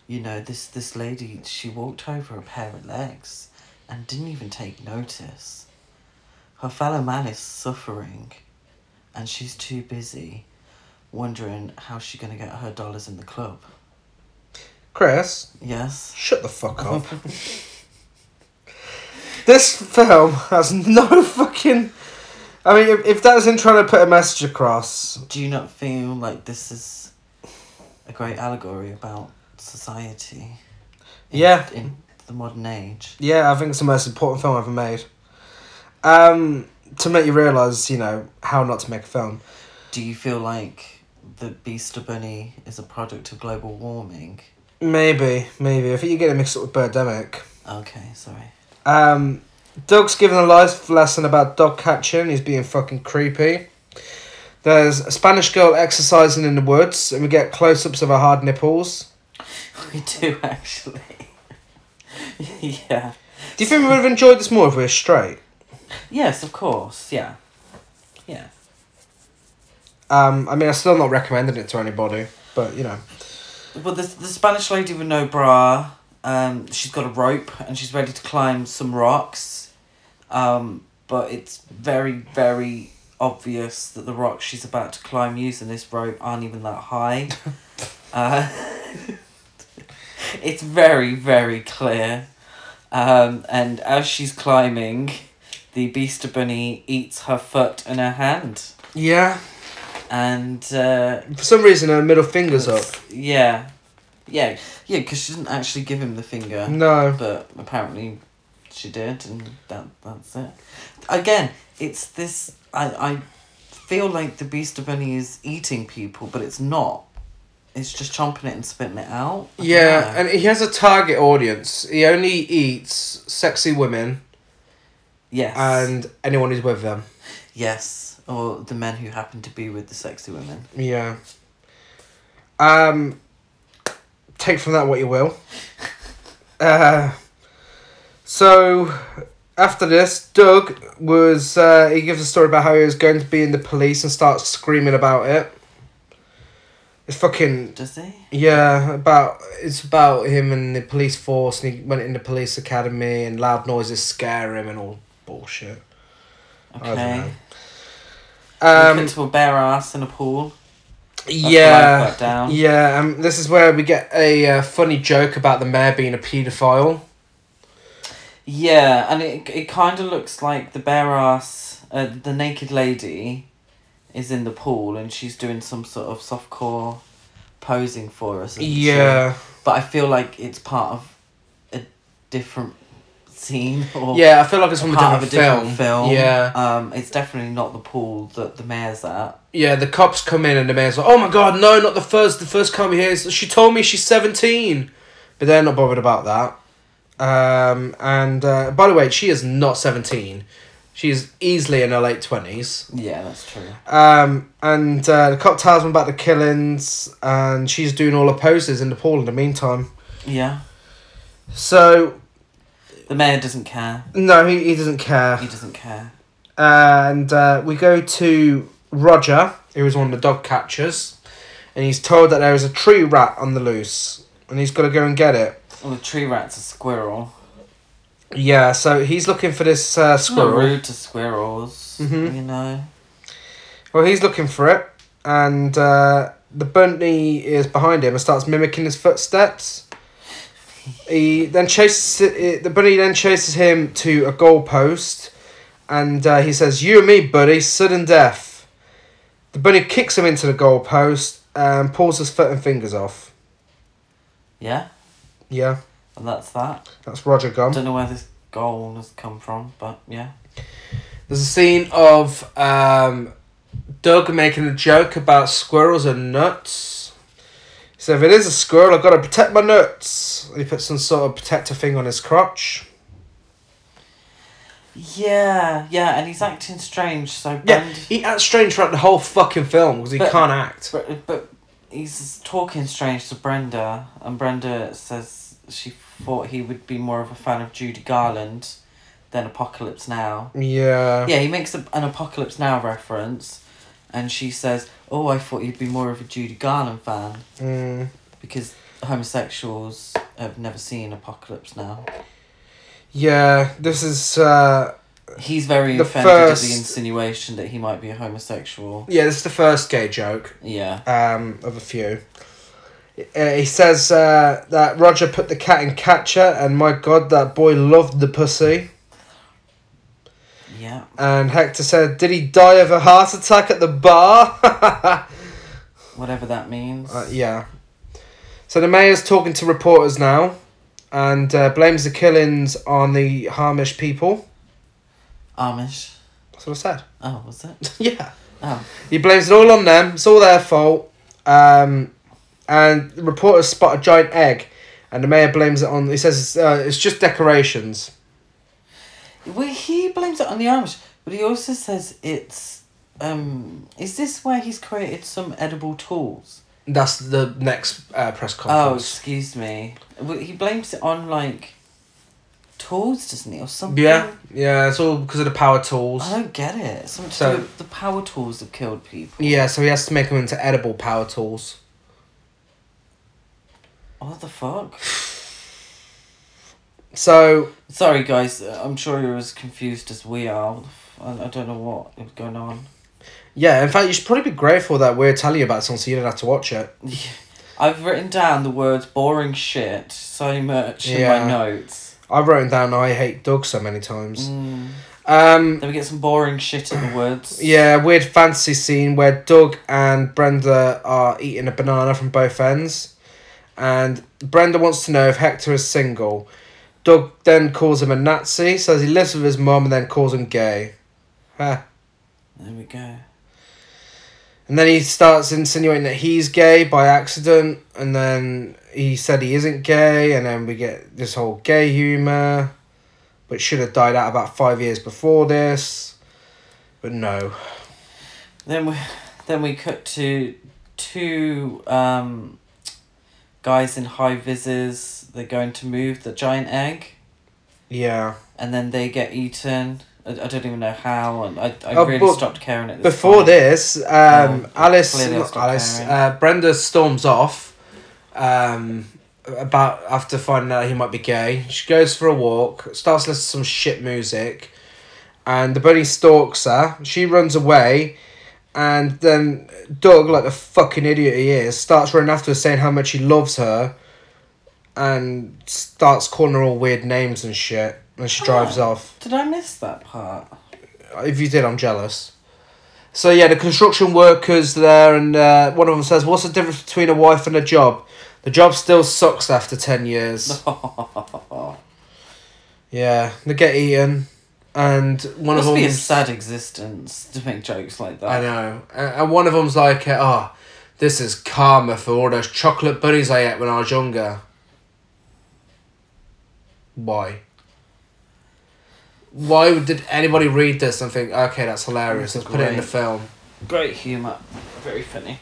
[SPEAKER 2] You know, this, this lady, she walked over a pair of legs and didn't even take notice. Her fellow man is suffering and she's too busy wondering how she's going to get her dollars in the club.
[SPEAKER 1] Chris,
[SPEAKER 2] Yes.
[SPEAKER 1] shut the fuck up. this film has no fucking. I mean, if, if that isn't trying to put a message across,
[SPEAKER 2] Do you not feel like this is a great allegory about society
[SPEAKER 1] yeah,
[SPEAKER 2] in the modern age?
[SPEAKER 1] yeah, I think it's the most important film ever made. Um, to make you realise, you know, how not to make a film.
[SPEAKER 2] Do you feel like the Beaster Bunny is a product of global warming?
[SPEAKER 1] Maybe, maybe. I think you get it mixed up with Birdemic.
[SPEAKER 2] Okay, sorry.
[SPEAKER 1] Um, Doug's given a life lesson about dog catching. He's being fucking creepy. There's a Spanish girl exercising in the woods, and we get close ups of her hard nipples.
[SPEAKER 2] We do actually. yeah.
[SPEAKER 1] Do you think we would have enjoyed this more if we were straight?
[SPEAKER 2] Yes, of course. Yeah. Yeah.
[SPEAKER 1] Um, I mean, I'm still not recommending it to anybody, but you know.
[SPEAKER 2] Well, the, the Spanish lady with no bra, um, she's got a rope and she's ready to climb some rocks. Um, but it's very, very obvious that the rocks she's about to climb using this rope aren't even that high. uh, it's very, very clear. Um, and as she's climbing, the Beaster Bunny eats her foot and her hand.
[SPEAKER 1] Yeah.
[SPEAKER 2] And. Uh,
[SPEAKER 1] For some reason, her middle finger's up.
[SPEAKER 2] That's- Yeah. Yeah, yeah, because she didn't actually give him the finger,
[SPEAKER 1] No.
[SPEAKER 2] but apparently she did, and that that's it. Again, it's this. I I feel like the Beaster Bunny is eating people, but it's not. It's just chomping it and spitting it out. I don't
[SPEAKER 1] Yeah,
[SPEAKER 2] know.
[SPEAKER 1] and he has a target audience. He only eats sexy women
[SPEAKER 2] yes,
[SPEAKER 1] and anyone who's with them.
[SPEAKER 2] yes, or the men who happen to be with the sexy women.
[SPEAKER 1] Yeah. Um. Take from that what you will. Uh, so, after this, Doug was uh, he gives a story about how he was going to be in the police and starts screaming about it. It's fucking
[SPEAKER 2] Does he?
[SPEAKER 1] yeah about it's about him and the police force and he went in the police academy and loud noises scare him and all bullshit.
[SPEAKER 2] Okay.
[SPEAKER 1] don't know.
[SPEAKER 2] Um,
[SPEAKER 1] Um,
[SPEAKER 2] to a bare ass in a pool. That's what I've
[SPEAKER 1] yeah.
[SPEAKER 2] got down.
[SPEAKER 1] Yeah, um, this is where we get a uh, funny joke about the mayor being a paedophile.
[SPEAKER 2] Yeah, and it it kind of looks like the bare ass, uh, the naked lady, is in the pool and she's doing some sort of softcore posing for us. isn't she?
[SPEAKER 1] Yeah,
[SPEAKER 2] But I feel like it's part of a different scene or
[SPEAKER 1] yeah, I feel like it's from a
[SPEAKER 2] part
[SPEAKER 1] different,
[SPEAKER 2] of a different
[SPEAKER 1] film.
[SPEAKER 2] film.
[SPEAKER 1] Yeah,
[SPEAKER 2] Um, it's definitely not the pool that the mayor's at.
[SPEAKER 1] yeah. The cops come in and the mayor's like, "Oh my god, no, not the first. The first come here. is- She told me she's 17. but they're not bothered about that. Um, and uh, by the way, she is not seventeen. She is easily in her late twenties.
[SPEAKER 2] Yeah, that's true.
[SPEAKER 1] Um, and uh, the cop tells them about the killings, and she's doing all her poses in the pool in the meantime.
[SPEAKER 2] Yeah,
[SPEAKER 1] So
[SPEAKER 2] the mayor doesn't care.
[SPEAKER 1] No, he, he doesn't care.
[SPEAKER 2] He doesn't care.
[SPEAKER 1] And uh, we go to Roger, who is one of the dog catchers, and he's told that there is a tree rat on the loose, and he's got to go and get it.
[SPEAKER 2] Well, the tree rat's a squirrel.
[SPEAKER 1] Yeah, so he's looking for this uh,
[SPEAKER 2] It's not
[SPEAKER 1] squirrel.
[SPEAKER 2] rude to squirrels.
[SPEAKER 1] Mhm.
[SPEAKER 2] You know.
[SPEAKER 1] Well, he's looking for it, and uh, the bunny is behind him and starts mimicking his footsteps. He then chases it, the bunny. Then chases him to a goalpost, and uh, he says, "You and me, buddy, sudden death." The bunny kicks him into the goalpost and pulls his foot and fingers off.
[SPEAKER 2] Yeah,
[SPEAKER 1] Yeah,
[SPEAKER 2] and that's that.
[SPEAKER 1] that's Roger gone.
[SPEAKER 2] Don't know where this goal has come from, but yeah.
[SPEAKER 1] There's a scene of um, Doug making a joke about squirrels and nuts. So if it is a squirrel, I've got to protect my nuts. He puts some sort of protector thing on his crotch.
[SPEAKER 2] Yeah, yeah, and he's acting strange. So
[SPEAKER 1] Yeah,
[SPEAKER 2] Brand-
[SPEAKER 1] he acts strange throughout the whole fucking film because he
[SPEAKER 2] But-
[SPEAKER 1] can't act.
[SPEAKER 2] But, but he's talking strange to Brenda, and Brenda says she thought he would be more of a fan of Judy Garland than Apocalypse Now.
[SPEAKER 1] Yeah.
[SPEAKER 2] Yeah, he makes a, an Apocalypse Now reference, and she says, Oh, I thought you'd be more of a Judy Garland fan
[SPEAKER 1] Mm.
[SPEAKER 2] because homosexuals have never seen Apocalypse Now.
[SPEAKER 1] Yeah, this is uh
[SPEAKER 2] He's very
[SPEAKER 1] The
[SPEAKER 2] offended at the
[SPEAKER 1] first-
[SPEAKER 2] insinuation that he might be a homosexual.
[SPEAKER 1] yeah, this is the first gay joke
[SPEAKER 2] Yeah.
[SPEAKER 1] um of a few. Uh, he says uh, that Roger put the cat in catcher, and my god, that boy loved the pussy.
[SPEAKER 2] Yeah.
[SPEAKER 1] And Hector said, "Did he die of a heart attack at the bar?" uh,
[SPEAKER 2] Whatever that means.
[SPEAKER 1] yeah. So the mayor's talking to reporters now, and uh, blames the killings on the Hamish people.
[SPEAKER 2] Amish.
[SPEAKER 1] That's what I said.
[SPEAKER 2] Oh, was it?
[SPEAKER 1] yeah.
[SPEAKER 2] Oh.
[SPEAKER 1] He blames it all on them. It's all their fault. Um, and the reporters spot a giant egg, and the mayor blames it on. He says uh, it's just decorations.
[SPEAKER 2] Well, he blames it on the Amish, but he also says it's. Um, is this where he's created some edible tools?
[SPEAKER 1] That's the next uh, press
[SPEAKER 2] Oh,
[SPEAKER 1] conference.
[SPEAKER 2] excuse me. Well, he blames it on like tools, doesn't he, or something?
[SPEAKER 1] yeah, yeah. It's all because of the power tools.
[SPEAKER 2] I don't get it. Something to
[SPEAKER 1] So-
[SPEAKER 2] do with the power tools that killed people.
[SPEAKER 1] Yeah, so he has to make them into edible power tools.
[SPEAKER 2] What the fuck?
[SPEAKER 1] So
[SPEAKER 2] Sorry, guys. uh, I'm sure you're as confused as we are. I, I don't know what is going on.
[SPEAKER 1] yeah, in fact, you should probably be grateful that we're telling you about something so you don't have to watch it.
[SPEAKER 2] I've written down the words "boring shit" so much in
[SPEAKER 1] Yeah.
[SPEAKER 2] my notes.
[SPEAKER 1] I've written down I hate Doug so many times.
[SPEAKER 2] Mm.
[SPEAKER 1] Um,
[SPEAKER 2] Then we get some boring shit in the woods.
[SPEAKER 1] Yeah, weird fantasy scene where Doug and Brenda are eating a banana from both ends. And Brenda wants to know if Hector is single. Doug then calls him a Nazi, says he lives with his mum, and then calls him gay. Huh.
[SPEAKER 2] There we go.
[SPEAKER 1] And then he starts insinuating that he's gay by accident, and then he said he isn't gay, and then we get this whole gay humour, which should have died out about five years before this. But no.
[SPEAKER 2] Then we, then we cut to two um, guys in high vises. They're going to move the giant egg,
[SPEAKER 1] Yeah.
[SPEAKER 2] and then they get eaten. I, I don't even know how, and I, I
[SPEAKER 1] Oh,
[SPEAKER 2] really
[SPEAKER 1] but
[SPEAKER 2] stopped caring at this
[SPEAKER 1] Before
[SPEAKER 2] point.
[SPEAKER 1] this, um,
[SPEAKER 2] Oh,
[SPEAKER 1] Alice,
[SPEAKER 2] clearly I
[SPEAKER 1] not
[SPEAKER 2] stopped
[SPEAKER 1] Alice,
[SPEAKER 2] caring.
[SPEAKER 1] uh, Brenda storms off. Um, about after finding out he might be gay, she goes for a walk, starts listening to some shit music, and the bunny stalks her. She runs away, and then Doug, like the fucking idiot he is, starts running after her, saying how much he loves her, and starts calling her all weird names and shit. And she drives
[SPEAKER 2] Oh.
[SPEAKER 1] off.
[SPEAKER 2] Did I miss that part?
[SPEAKER 1] If you did, I'm jealous. So yeah, the construction workers there, and uh, one of them says, "What's the difference between a wife and a job? The job still sucks after ten years." yeah, they get eaten, and one
[SPEAKER 2] Must
[SPEAKER 1] of
[SPEAKER 2] be a
[SPEAKER 1] them.
[SPEAKER 2] sad existence to make jokes like that.
[SPEAKER 1] I know, and and one of them's like, uh, "Oh, this is karma for all those chocolate bunnies I ate when I was younger." Why? Why did anybody read this and think, "Okay, that's hilarious.
[SPEAKER 2] That's
[SPEAKER 1] Let's put it in the
[SPEAKER 2] great.
[SPEAKER 1] film."
[SPEAKER 2] Great humour, very funny.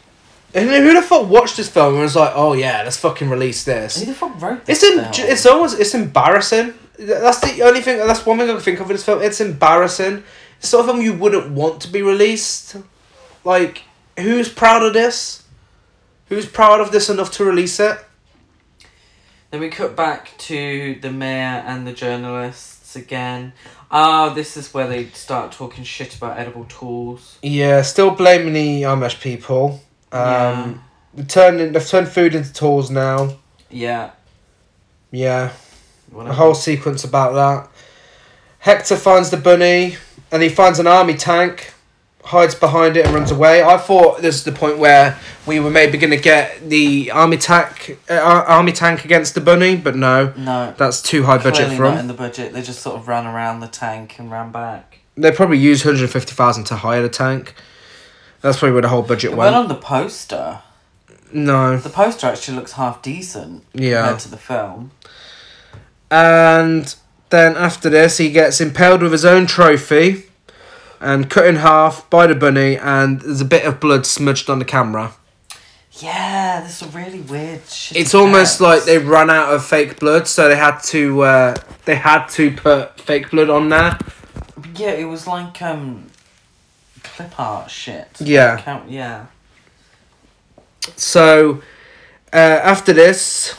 [SPEAKER 1] And then who the fuck watched this film and was like, "Oh yeah, let's fucking release
[SPEAKER 2] Who
[SPEAKER 1] this"?
[SPEAKER 2] the fuck wrote this?
[SPEAKER 1] It's in,
[SPEAKER 2] down?
[SPEAKER 1] it's almost it's embarrassing. Th- That's the only thing. That's one thing I can think of with this film. It's embarrassing. It's the sort of film you wouldn't want to be released. Like, who's proud of this? Who's proud of this enough to release it?
[SPEAKER 2] Then we cut back to the mayor and the journalists again. Ah, this is where they start talking shit about edible tools.
[SPEAKER 1] Yeah, still blaming the Amish people. Um, yeah. turning they've turned food into tools now.
[SPEAKER 2] yeah.
[SPEAKER 1] Yeah.
[SPEAKER 2] yeah. Whatever.
[SPEAKER 1] A whole sequence about that. Hector finds the bunny and he finds an army tank, hides behind it and runs away. I thought this is the point where we were maybe going to get the army tank, uh, ar- army tank against the bunny, but no,
[SPEAKER 2] no.
[SPEAKER 1] that's too high budget
[SPEAKER 2] clearly
[SPEAKER 1] for
[SPEAKER 2] not
[SPEAKER 1] them.
[SPEAKER 2] in the budget. They just sort of ran around the tank and ran back.
[SPEAKER 1] They probably used hundred fifty thousand to hire the tank. That's probably where the whole budget
[SPEAKER 2] It went
[SPEAKER 1] went.
[SPEAKER 2] on the poster.
[SPEAKER 1] No,
[SPEAKER 2] The poster actually looks half decent
[SPEAKER 1] yeah,
[SPEAKER 2] compared to the film.
[SPEAKER 1] and Then after this, he gets impaled with his own trophy and cut in half by the bunny, and there's a bit of blood smudged on the camera.
[SPEAKER 2] Yeah, this is really weird. Shit
[SPEAKER 1] It's almost like
[SPEAKER 2] effects.
[SPEAKER 1] they ran out of fake blood, so they had to uh, they had to put fake blood on there.
[SPEAKER 2] Yeah, it was like um, clip art shit.
[SPEAKER 1] Yeah.
[SPEAKER 2] Count. Yeah.
[SPEAKER 1] So, uh, after this,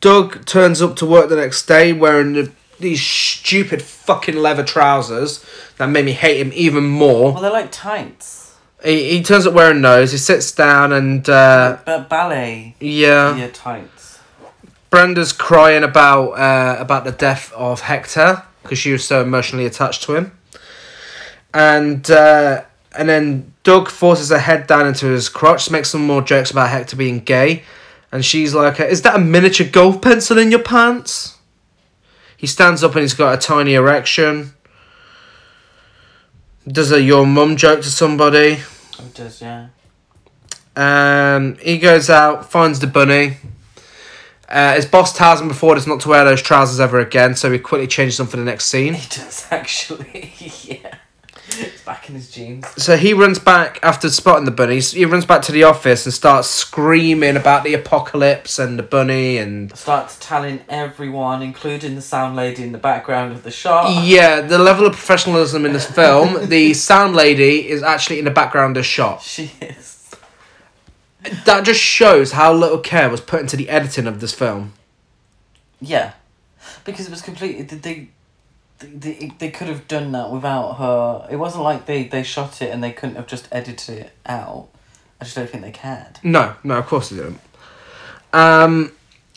[SPEAKER 1] Doug turns up to work the next day wearing the, these stupid fucking leather trousers that made me hate him even more.
[SPEAKER 2] Well, they're like tights.
[SPEAKER 1] He, he turns up wearing those. He sits down and uh,
[SPEAKER 2] but ballet.
[SPEAKER 1] yeah,
[SPEAKER 2] Yeah, tights.
[SPEAKER 1] Brenda's crying about uh, about the death of Hector because she was so emotionally attached to him, and uh, and then Doug forces her head down into his crotch, makes some more jokes about Hector being gay, and she's like, "Is that a miniature golf pencil in your pants?" He stands up and he's got a tiny erection. Does a your mum joke to somebody?
[SPEAKER 2] Oh, It does, yeah.
[SPEAKER 1] Um, he goes out, finds the bunny. Uh, his boss tells him before it's not to wear those trousers ever again, so he quickly changes them for the next scene.
[SPEAKER 2] He does actually. yeah. It's back in his jeans.
[SPEAKER 1] So he runs back after spotting the bunny. He runs back to the office and starts screaming about the apocalypse and the bunny and
[SPEAKER 2] Starts telling everyone, including the sound lady in the background of the shop.
[SPEAKER 1] yeah, the level of professionalism in this film. the sound lady is actually in the background of the shot.
[SPEAKER 2] She is.
[SPEAKER 1] That just shows how little care was put into the editing of this film.
[SPEAKER 2] Yeah. Because it was completely. They, they, they, they could have done that without her. It wasn't like they, they shot it and they couldn't have just edited it out. I just don't think they cared.
[SPEAKER 1] No, no, of course it didn't. Um,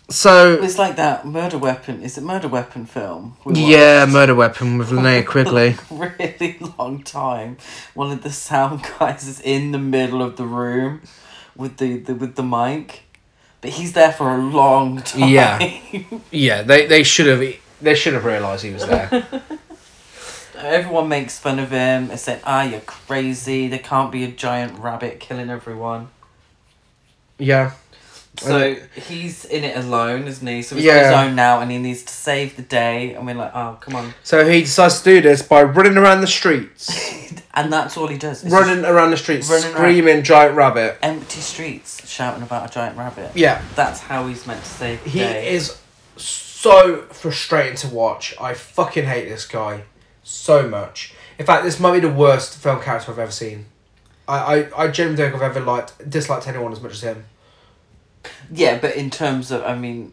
[SPEAKER 1] so
[SPEAKER 2] It's like that murder weapon. Is it murder weapon film? we
[SPEAKER 1] Yeah,
[SPEAKER 2] watched?
[SPEAKER 1] Murder Weapon with Linnea Quigley.
[SPEAKER 2] really long time. One of the sound guys is in the middle of the room with the, the with the mic, but he's there for a long time.
[SPEAKER 1] Yeah. Yeah, they they should have they should have realised he was there.
[SPEAKER 2] everyone makes fun of him. They said, "Ah, you're crazy. There can't be a giant rabbit killing everyone."
[SPEAKER 1] yeah,
[SPEAKER 2] So he's in it alone, isn't he? So he's on his
[SPEAKER 1] Uh, Yeah.
[SPEAKER 2] own now, and he needs to save the day. And we're like, "Oh, come on!"
[SPEAKER 1] so he decides to do this by running around the streets,
[SPEAKER 2] And that's all he does. It's just
[SPEAKER 1] running around the streets,
[SPEAKER 2] running around.
[SPEAKER 1] screaming giant rabbit.
[SPEAKER 2] empty streets, shouting about a giant rabbit.
[SPEAKER 1] Yeah,
[SPEAKER 2] That's how he's meant to save the
[SPEAKER 1] he
[SPEAKER 2] day.
[SPEAKER 1] is so frustrating to watch. I fucking hate this guy so much. In fact, this might be the worst film character I've ever seen. I I, I genuinely don't think I've ever liked disliked anyone as much as him.
[SPEAKER 2] Yeah, but in terms of, I mean,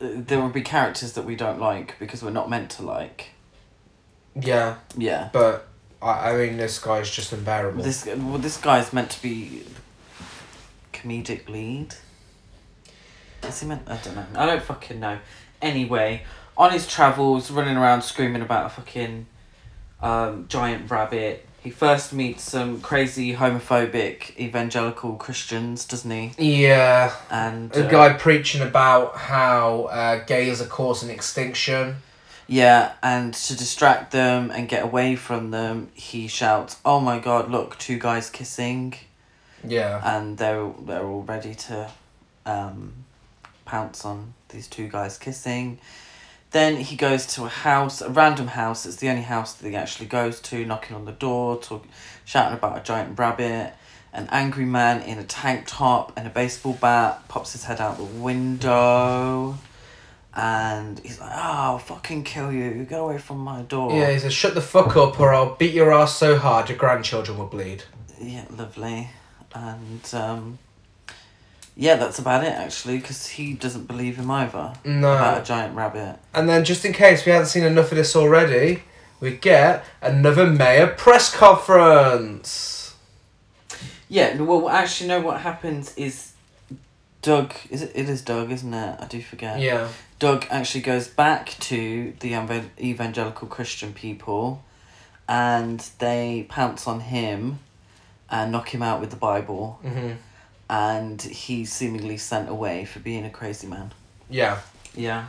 [SPEAKER 2] uh, there will be characters that we don't like because we're not meant to like.
[SPEAKER 1] Yeah,
[SPEAKER 2] Yeah.
[SPEAKER 1] but I I mean this guy's just unbearable.
[SPEAKER 2] This well, this guy's meant to be comedic lead. Is he meant? I don't know. I don't fucking know. Anyway, on his travels, running around screaming about a fucking um, giant rabbit. He first meets some crazy homophobic evangelical Christians, doesn't he?
[SPEAKER 1] yeah.
[SPEAKER 2] And
[SPEAKER 1] A
[SPEAKER 2] uh,
[SPEAKER 1] guy preaching about how uh, gays are causing extinction.
[SPEAKER 2] Yeah, and to distract them and get away from them, he shouts, "Oh my God! Look, two guys kissing!"
[SPEAKER 1] Yeah.
[SPEAKER 2] And they're they're all ready to, um, pounce on these two guys kissing. Then he goes to a house, a random house. It's the only house that he actually goes to, knocking on the door, talk, shouting about a giant rabbit. An angry man in a tank top and a baseball bat pops his head out the window. And he's like, oh, I'll fucking kill you. Get away from my door.
[SPEAKER 1] Yeah, he says, shut the fuck up or I'll beat your ass so hard your grandchildren will bleed.
[SPEAKER 2] Yeah, lovely. And um, yeah, that's about it actually, because he doesn't believe him either
[SPEAKER 1] No.
[SPEAKER 2] about a giant rabbit.
[SPEAKER 1] And then, just in case we haven't seen enough of this already, we get another mayor press conference.
[SPEAKER 2] Yeah, no, well, actually, no. What happens is Doug. Is it? It is Doug, isn't it? I do forget.
[SPEAKER 1] Yeah.
[SPEAKER 2] Doug actually goes back to the evan- evangelical Christian people, and they pounce on him, and knock him out with the Bible,
[SPEAKER 1] hmm
[SPEAKER 2] and he's seemingly sent away for being a crazy man.
[SPEAKER 1] Yeah.
[SPEAKER 2] Yeah.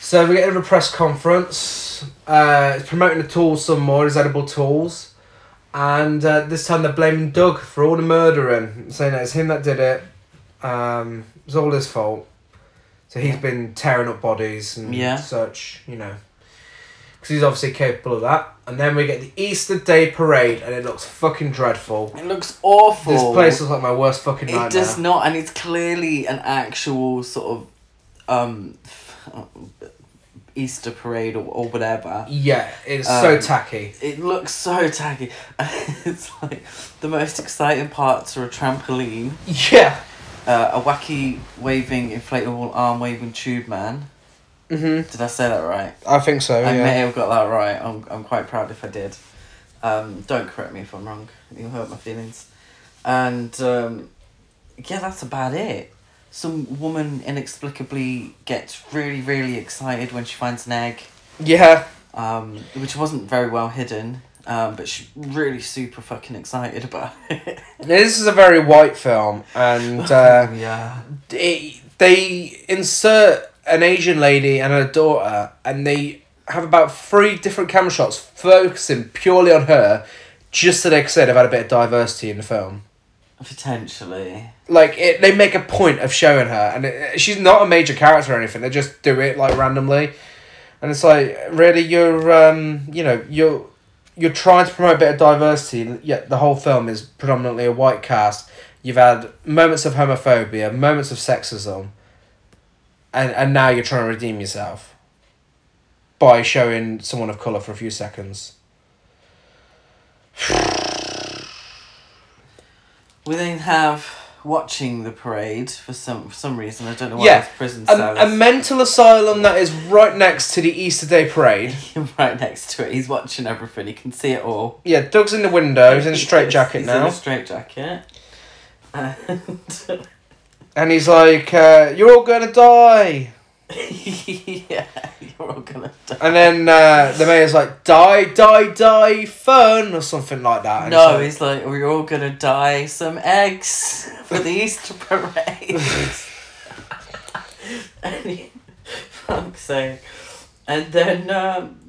[SPEAKER 1] So we get another press conference. Uh, it's promoting the tools some more, his edible tools. And uh, this time they're blaming Doug for all the murdering, saying that it's him that did it. Um, it's all his fault. So he's been tearing up bodies and
[SPEAKER 2] Yeah.
[SPEAKER 1] such, you know. Because he's obviously capable of that. And then we get the Easter Day Parade, and it looks fucking dreadful.
[SPEAKER 2] It looks awful.
[SPEAKER 1] This place looks like my worst fucking nightmare.
[SPEAKER 2] It does not, and it's clearly an actual sort of um, Easter parade or, or whatever.
[SPEAKER 1] Yeah, it's so
[SPEAKER 2] Um,
[SPEAKER 1] tacky.
[SPEAKER 2] It looks so tacky. it's like the most exciting parts are a trampoline,
[SPEAKER 1] Yeah.
[SPEAKER 2] uh, a wacky waving inflatable arm waving tube man.
[SPEAKER 1] Mhm.
[SPEAKER 2] Did I say that right?
[SPEAKER 1] I think so.
[SPEAKER 2] I
[SPEAKER 1] Oh, yeah.
[SPEAKER 2] may have got that right. I'm, I'm quite proud if I did. Um, don't correct me if I'm wrong. You'll hurt my feelings. And um, yeah, that's about it. Some woman inexplicably gets really, really excited when she finds an egg,
[SPEAKER 1] Yeah.
[SPEAKER 2] um, which wasn't very well hidden, um, but she's really super fucking excited about it.
[SPEAKER 1] This is a very white film, and uh,
[SPEAKER 2] yeah.
[SPEAKER 1] it, they insert an Asian lady and her daughter, and they have about three different camera shots focusing purely on her, just so they can say they've had a bit of diversity in the film.
[SPEAKER 2] Potentially.
[SPEAKER 1] Like it, they make a point of showing her, and it, she's not a major character or anything. They just do it like randomly, and it's like really you're um you know you're you're trying to promote a bit of diversity. Yet the whole film is predominantly a white cast. You've had moments of homophobia, moments of sexism, and and now you're trying to redeem yourself by showing someone of color for a few seconds.
[SPEAKER 2] We then have watching the parade for some for some reason. I don't know why
[SPEAKER 1] Yeah,
[SPEAKER 2] it's prison
[SPEAKER 1] A,
[SPEAKER 2] service.
[SPEAKER 1] a mental asylum that is right next to the Easter Day parade.
[SPEAKER 2] right next to it. He's watching everything. He can see it all.
[SPEAKER 1] Yeah, Doug's in the window. Oh, He's in a straight jacket
[SPEAKER 2] He's
[SPEAKER 1] now,
[SPEAKER 2] In a straight jacket. And
[SPEAKER 1] and he's like, uh, "You're all gonna die."
[SPEAKER 2] yeah, you're all gonna die.
[SPEAKER 1] And then uh, the mayor's like, "Die, die, die, fern," or something like that. And
[SPEAKER 2] no,
[SPEAKER 1] it's
[SPEAKER 2] he's like, we're all gonna die. Some eggs for the Easter parade. and he, fuck's sake. And then um,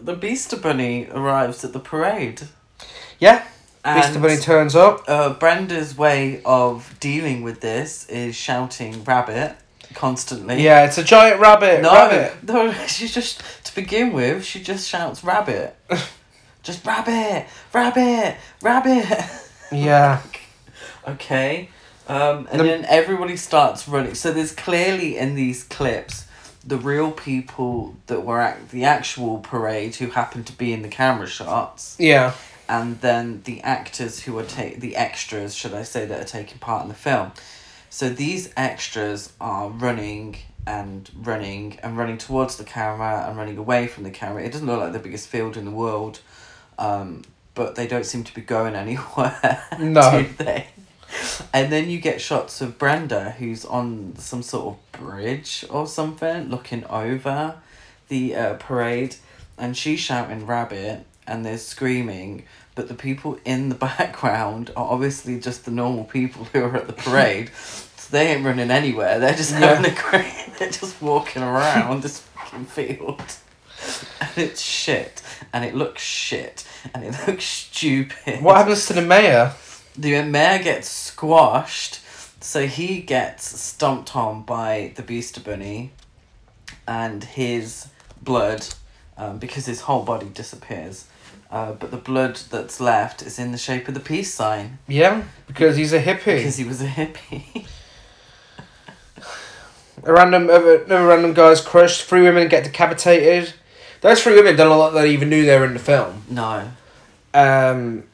[SPEAKER 2] the Beaster Bunny arrives at the parade.
[SPEAKER 1] like, yeah.
[SPEAKER 2] And
[SPEAKER 1] Beast Bunny turns up.
[SPEAKER 2] uh, Brenda's way of dealing with this is shouting rabbit constantly.
[SPEAKER 1] Yeah, it's a giant rabbit.
[SPEAKER 2] No,
[SPEAKER 1] rabbit.
[SPEAKER 2] no, she just, to begin with, she just shouts rabbit. just rabbit, rabbit, rabbit.
[SPEAKER 1] Yeah,
[SPEAKER 2] okay. Um, and
[SPEAKER 1] The-
[SPEAKER 2] then everybody starts running. So there's clearly in these clips the real people that were at the actual parade who happened to be in the camera shots
[SPEAKER 1] yeah,
[SPEAKER 2] and then the actors who are take the extras, should I say, that are taking part in the film. So these extras are running and running and running towards the camera and running away from the camera. It doesn't look like the biggest field in the world, um, but they don't seem to be going anywhere.
[SPEAKER 1] No.
[SPEAKER 2] do they? And then you get shots of Brenda, who's on some sort of bridge or something, looking over the uh, parade, and she's shouting "rabbit," and there's screaming. But the people in the background are obviously just the normal people who are at the parade, so they ain't running anywhere. They're just
[SPEAKER 1] Yeah.
[SPEAKER 2] having a great. They're just walking around this fucking field, and it's shit, and it looks shit, and it looks stupid
[SPEAKER 1] What happens to the mayor?
[SPEAKER 2] the mayor gets squashed, so he gets stomped on by the Beaster Bunny, and his blood, um, because his whole body disappears. Uh, but the blood that's left is in the shape of the peace sign
[SPEAKER 1] Yeah, because he's a hippie.
[SPEAKER 2] because he was a hippie.
[SPEAKER 1] A random other, another random guy's crushed. Three women get decapitated. Those three women don't look like they even knew they were in the film.
[SPEAKER 2] no,
[SPEAKER 1] Um,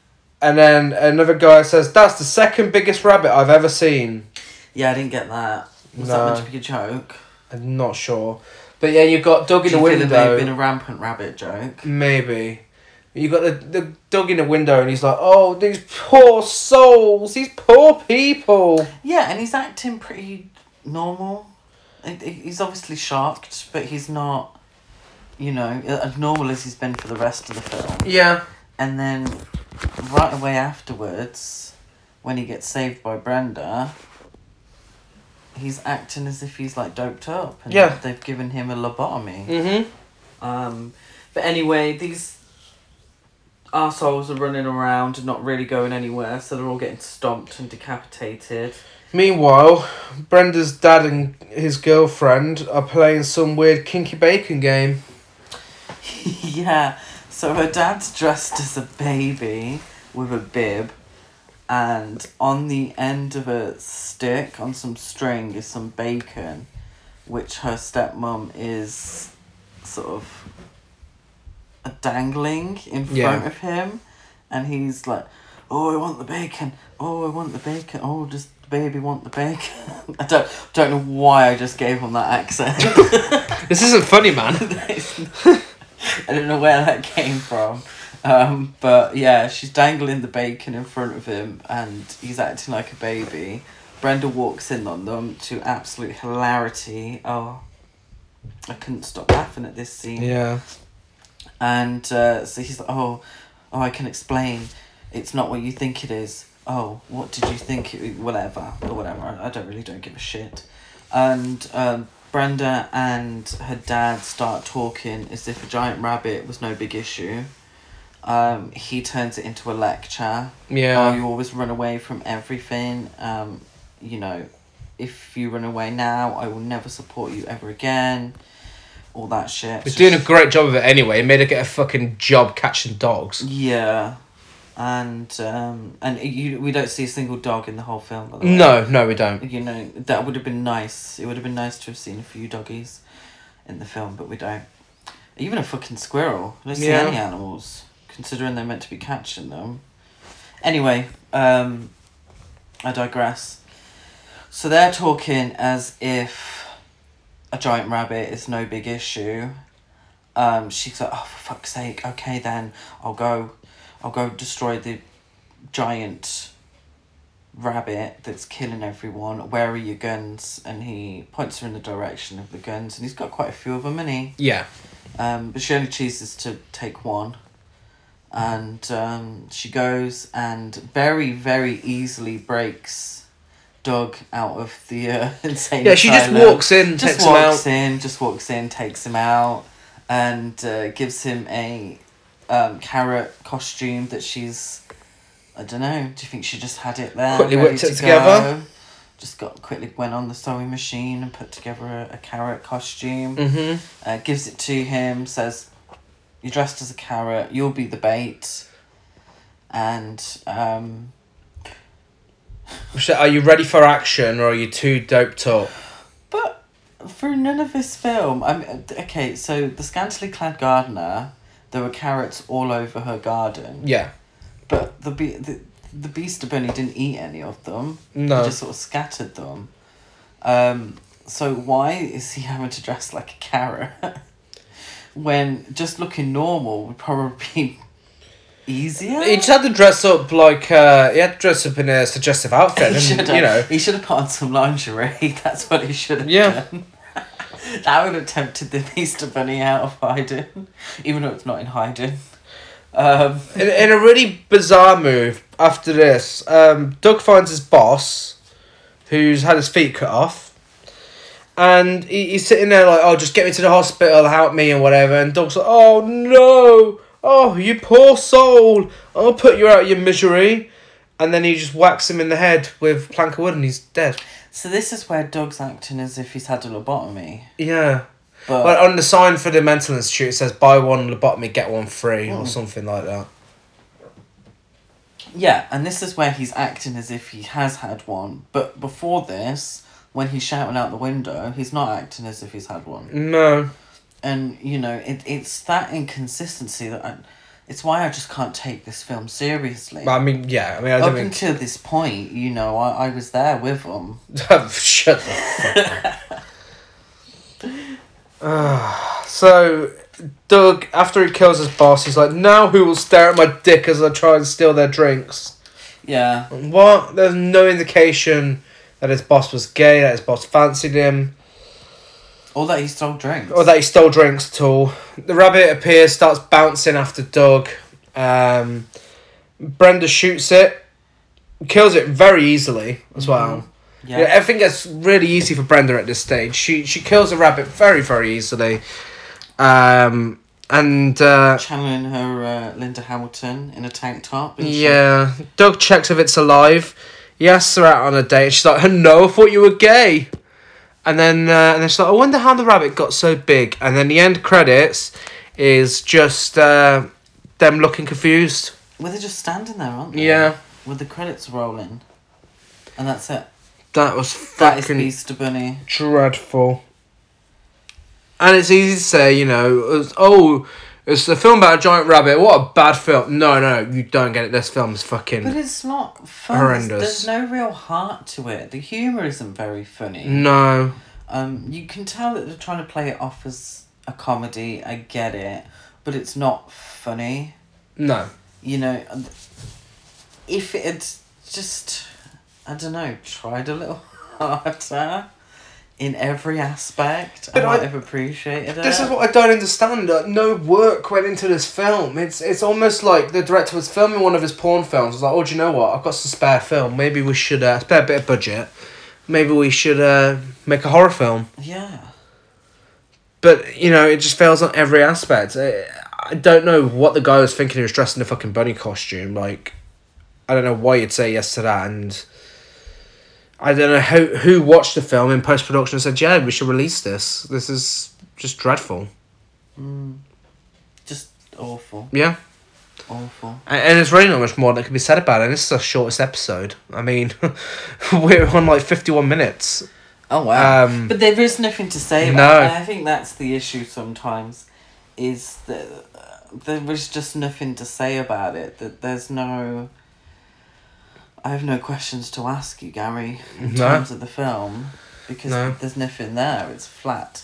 [SPEAKER 1] and then another guy says, "That's the second biggest rabbit I've ever seen."
[SPEAKER 2] yeah, I didn't get that. Was
[SPEAKER 1] No.
[SPEAKER 2] that meant to be a joke?
[SPEAKER 1] I'm not sure, but yeah, you've got Doug
[SPEAKER 2] Do
[SPEAKER 1] in
[SPEAKER 2] you
[SPEAKER 1] the
[SPEAKER 2] feel it may have been
[SPEAKER 1] window.
[SPEAKER 2] a rampant rabbit joke?
[SPEAKER 1] Maybe you got the, the Doug in the window, and he's like, "Oh, these poor souls, these poor people."
[SPEAKER 2] Yeah, and he's acting pretty normal. He- he- He's obviously shocked, but he's not, you know, as normal as he's been for the rest of the film.
[SPEAKER 1] Yeah,
[SPEAKER 2] And then right away afterwards, when he gets saved by Brenda, he's acting as if he's like doped up and
[SPEAKER 1] Yeah.
[SPEAKER 2] they've given him a lobotomy.
[SPEAKER 1] Mm-hmm.
[SPEAKER 2] Um, but anyway, these arseholes are running around and not really going anywhere, so they're all getting stomped and decapitated.
[SPEAKER 1] Meanwhile, Brenda's dad and his girlfriend are playing some weird kinky bacon game.
[SPEAKER 2] yeah, so her dad's dressed as a baby with a bib, and on the end of a stick, on some string, is some bacon, which her stepmom is sort of a dangling in front
[SPEAKER 1] Yeah.
[SPEAKER 2] of him, and he's like, "Oh, I want the bacon! Oh, I want the bacon! Oh, just." the Baby, want the bacon? I don't don't know why I just gave him that accent.
[SPEAKER 1] This isn't funny, man.
[SPEAKER 2] I don't know where that came from. Um, but yeah, she's dangling the bacon in front of him and he's acting like a baby. Brenda walks in on them to absolute hilarity. Oh, I couldn't stop laughing at this scene.
[SPEAKER 1] yeah.
[SPEAKER 2] And uh, so he's like, oh, oh, I can explain. It's not what you think it is. Oh, what did you think? It, whatever, or whatever. I, I don't really don't give a shit. And um, Brenda and her dad start talking as if a giant rabbit was no big issue. Um, he turns it into a lecture.
[SPEAKER 1] Yeah.
[SPEAKER 2] Oh, you always run away from everything. Um, you know, if you run away now, I will never support you ever again. All that shit.
[SPEAKER 1] He's doing a great job of it anyway. It made her get a fucking job catching dogs.
[SPEAKER 2] Yeah, and um, and you we don't see a single dog in the whole film. By the way.
[SPEAKER 1] No, no, we don't.
[SPEAKER 2] you know that would have been nice. It would have been nice to have seen a few doggies in the film, but we don't. Even a fucking squirrel. I don't see
[SPEAKER 1] Yeah.
[SPEAKER 2] any animals, considering they're meant to be catching them. Anyway, um, I digress. So they're talking as if a giant rabbit is no big issue. Um, she's like, oh, for fuck's sake, okay then, I'll go, I'll go destroy the giant rabbit that's killing everyone. Where are your guns? And he points her in the direction of the guns, and he's got quite a few of them, isn't he?
[SPEAKER 1] Yeah.
[SPEAKER 2] Um, but she only chooses to take one. And um, she goes and very, very easily breaks Doug out of the uh, insane
[SPEAKER 1] Yeah, she just
[SPEAKER 2] asylum.
[SPEAKER 1] walks in,
[SPEAKER 2] Just
[SPEAKER 1] takes him
[SPEAKER 2] walks
[SPEAKER 1] out.
[SPEAKER 2] in, just walks in, takes him out, and uh, gives him a um, carrot costume that she's. I don't know. Do you think she just had it there?
[SPEAKER 1] Quickly
[SPEAKER 2] ready
[SPEAKER 1] whipped
[SPEAKER 2] to
[SPEAKER 1] it together?
[SPEAKER 2] go? Just got quickly went on the sewing machine and put together a, a carrot costume
[SPEAKER 1] Mm-hmm.
[SPEAKER 2] uh, gives it to him, says, You're dressed as a carrot, you'll be the bait. And um,
[SPEAKER 1] Are you ready for action or are you too doped up?
[SPEAKER 2] But for none of this film, I'm okay. So the scantily clad gardener, there were carrots all over her garden,
[SPEAKER 1] Yeah.
[SPEAKER 2] but the be- the, the Beaster Bunny didn't eat any of them.
[SPEAKER 1] No.
[SPEAKER 2] he just sort of scattered them. Um, so why is he having to dress like a carrot when just looking normal would probably be easier?
[SPEAKER 1] He just had to dress up like uh, he had to dress up in a suggestive outfit,
[SPEAKER 2] He should
[SPEAKER 1] and
[SPEAKER 2] have.
[SPEAKER 1] you know,
[SPEAKER 2] he should have put on some lingerie. That's what he should have
[SPEAKER 1] Yeah.
[SPEAKER 2] done. that would have tempted the Easter Bunny out of hiding, even though it's not in hiding. Um,
[SPEAKER 1] in, in a really bizarre move. After this, um, Doug finds his boss, who's had his feet cut off, and he, he's sitting there like, "Oh, just get me to the hospital, help me, and whatever." And Doug's like, "Oh no, oh you poor soul, I'll put you out of your misery." And then he just whacks him in the head with plank of wood, and he's dead.
[SPEAKER 2] so this is where Doug's acting as if he's had a lobotomy.
[SPEAKER 1] Yeah.
[SPEAKER 2] But
[SPEAKER 1] Well, on the sign for the mental institute, it says "Buy one lobotomy, get one free" or something like that.
[SPEAKER 2] yeah, and this is where he's acting as if he has had one. But before this, when he's shouting out the window, he's not acting as if he's had one.
[SPEAKER 1] No.
[SPEAKER 2] and you know it, it's that inconsistency that I, it's why I just can't take this film seriously.
[SPEAKER 1] I mean, yeah. I mean, I
[SPEAKER 2] Up
[SPEAKER 1] don't think.
[SPEAKER 2] until this point, you know, I, I was there with them.
[SPEAKER 1] Shut the fuck up. Ah, so, Doug, after he kills his boss, he's like, "Now who will stare at my dick as I try and steal their drinks?"
[SPEAKER 2] Yeah,
[SPEAKER 1] What? There's no indication that his boss was gay, that his boss fancied him.
[SPEAKER 2] all that he stole drinks.
[SPEAKER 1] or that he stole drinks at all. The rabbit appears, starts bouncing after Doug. Um, Brenda shoots it, kills it very easily as well.
[SPEAKER 2] yeah.
[SPEAKER 1] Yeah. everything gets really easy for Brenda at this stage. She she kills the rabbit very very easily. Um, And uh,
[SPEAKER 2] channeling her uh, Linda Hamilton in a tank top. and shit.
[SPEAKER 1] yeah, Doug checks if it's alive. He asks her out on a date. She's like, "No, I thought you were gay." And then, uh, and then she's like, "I wonder how the rabbit got so big." And then the end credits is just uh, them looking confused.
[SPEAKER 2] Well, they're just standing there, aren't they?
[SPEAKER 1] Yeah,
[SPEAKER 2] With the credits rolling, and that's it.
[SPEAKER 1] that was
[SPEAKER 2] That is
[SPEAKER 1] fucking
[SPEAKER 2] Easter Bunny.
[SPEAKER 1] dreadful. And it's easy to say, you know, it's, oh, it's a film about a giant rabbit. What a bad film. No, no, you don't get it. This film's
[SPEAKER 2] But
[SPEAKER 1] fucking.
[SPEAKER 2] it's not fun.
[SPEAKER 1] Horrendous.
[SPEAKER 2] There's no real heart to it. The humour isn't very funny.
[SPEAKER 1] Mm. No.
[SPEAKER 2] Um, you can tell that they're trying to play it off as a comedy. I get it, but it's not funny.
[SPEAKER 1] No.
[SPEAKER 2] you know, and if it had just, I don't know, tried a little harder in every aspect,
[SPEAKER 1] But
[SPEAKER 2] I
[SPEAKER 1] I-
[SPEAKER 2] might have appreciated it.
[SPEAKER 1] This is what I don't understand. uh, No work went into this film. It's it's almost like the director was filming one of his porn films. Was like, oh, do you know what? I've got some spare film. Maybe we should uh, spare bit of budget. Maybe we should uh, make a horror film.
[SPEAKER 2] yeah.
[SPEAKER 1] But you know, it just fails on every aspect. I, I don't know what the guy was thinking. He was dressed in a fucking bunny costume. Like, I don't know why you'd say yes to that. And I don't know who who watched the film in post production and said, yeah, we should release this. This is just dreadful.
[SPEAKER 2] Mm, just awful.
[SPEAKER 1] Yeah.
[SPEAKER 2] Awful.
[SPEAKER 1] And, and there's really not much more that can be said about it. And this is our shortest episode. I mean, we're on like 51 minutes.
[SPEAKER 2] Oh, wow.
[SPEAKER 1] Um,
[SPEAKER 2] but there is nothing to say about
[SPEAKER 1] No.
[SPEAKER 2] it. And I think that's the issue sometimes, is that uh, there is just nothing to say about it. That there's no. I have no questions to ask you, Gary, in
[SPEAKER 1] No.
[SPEAKER 2] terms of the film, because
[SPEAKER 1] No.
[SPEAKER 2] there's nothing there. It's flat.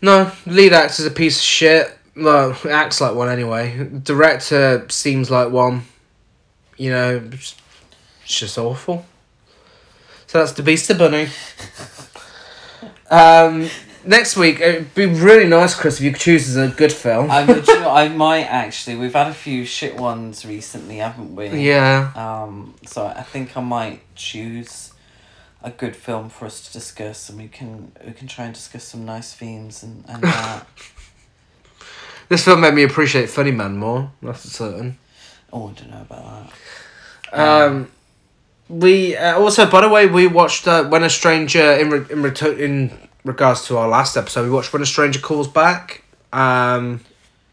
[SPEAKER 1] No, lead actor's a piece of shit. Well, acts like one anyway. Director seems like one. You know, it's it's just awful. So that's the Beast of Bunny. um, next week, it'd be really nice, Chris, if you could choose as a good film.
[SPEAKER 2] I, would- you know, I might actually. We've had a few shit ones recently, haven't we?
[SPEAKER 1] yeah.
[SPEAKER 2] Um, so I think I might choose a good film for us to discuss, and we can we can try and discuss some nice themes and and that.
[SPEAKER 1] This film made me appreciate Funny Man more, that's for certain.
[SPEAKER 2] oh, I don't know about that.
[SPEAKER 1] Um, we uh, also, by the way, we watched uh, When a Stranger in re- in, retu- in regards to our last episode. We watched When a Stranger Calls Back. Um,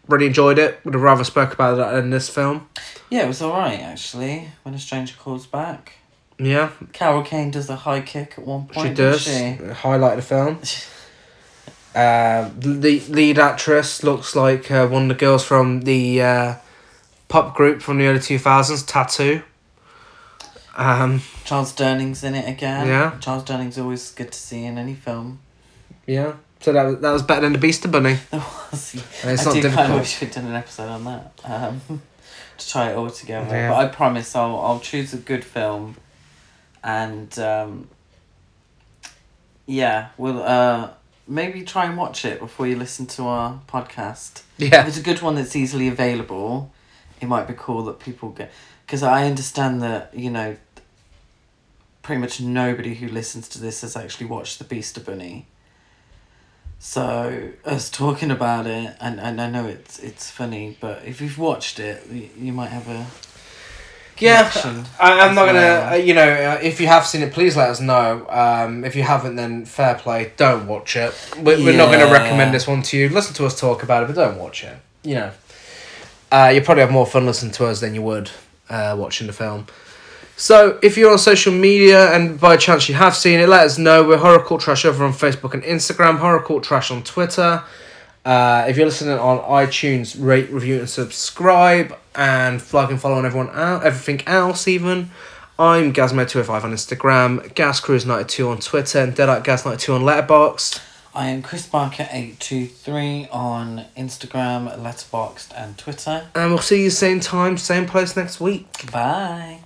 [SPEAKER 1] really enjoyed it. Would have rather spoke about that in this film.
[SPEAKER 2] Yeah, it was all right actually. When a stranger calls back,
[SPEAKER 1] Yeah,
[SPEAKER 2] Carol Kane does a high kick at one point.
[SPEAKER 1] she does
[SPEAKER 2] doesn't she?
[SPEAKER 1] highlight the film. Uh, the lead actress looks like uh, one of the girls from the uh, pop group from the early two thousands, Tattoo. Um,
[SPEAKER 2] Charles Durning's in it again.
[SPEAKER 1] Yeah.
[SPEAKER 2] Charles Durning's always good to see in any film.
[SPEAKER 1] yeah. So that that was better than the Beast of Bunny.
[SPEAKER 2] There was.
[SPEAKER 1] And it's not
[SPEAKER 2] I do kind
[SPEAKER 1] difficult.
[SPEAKER 2] of wish we'd done an episode on that. Um, to tie it all together.
[SPEAKER 1] Yeah.
[SPEAKER 2] But I promise I'll I'll choose a good film and um, yeah, we'll uh, maybe try and watch it before you listen to our podcast.
[SPEAKER 1] Yeah.
[SPEAKER 2] If it's a good one that's easily available, it might be cool that people get because I understand that, you know, pretty much nobody who listens to this has actually watched The Beast of Bunny. So us talking about it, and, and I know it's it's funny, but if you've watched it, you, you might have a
[SPEAKER 1] Yeah,
[SPEAKER 2] connection
[SPEAKER 1] I, I'm
[SPEAKER 2] as
[SPEAKER 1] not gonna.
[SPEAKER 2] well.
[SPEAKER 1] Uh, you know, uh, if you have seen it, please let us know. Um, if you haven't, then fair play. Don't watch it. We're, we're not gonna
[SPEAKER 2] Yeah.
[SPEAKER 1] recommend this one to you. Listen to us talk about it, but don't watch it. You know, uh, you probably have more fun listening to us than you would uh, watching the film. So, if you're on social media and by chance you have seen it, let us know. We're Horror Court Trash over on Facebook and Instagram, Horror Court Trash on Twitter. Uh, if you're listening on iTunes, rate, review, and subscribe, and flag and follow on everyone out, everything else even. I'm Gazmo205 on Instagram, GasCruise92 on Twitter, and DeadEyeGas92 on Letterboxd.
[SPEAKER 2] I am Chris Barker eight two three on Instagram, Letterboxd, and Twitter.
[SPEAKER 1] And we'll see you same time, same place next week.
[SPEAKER 2] Bye.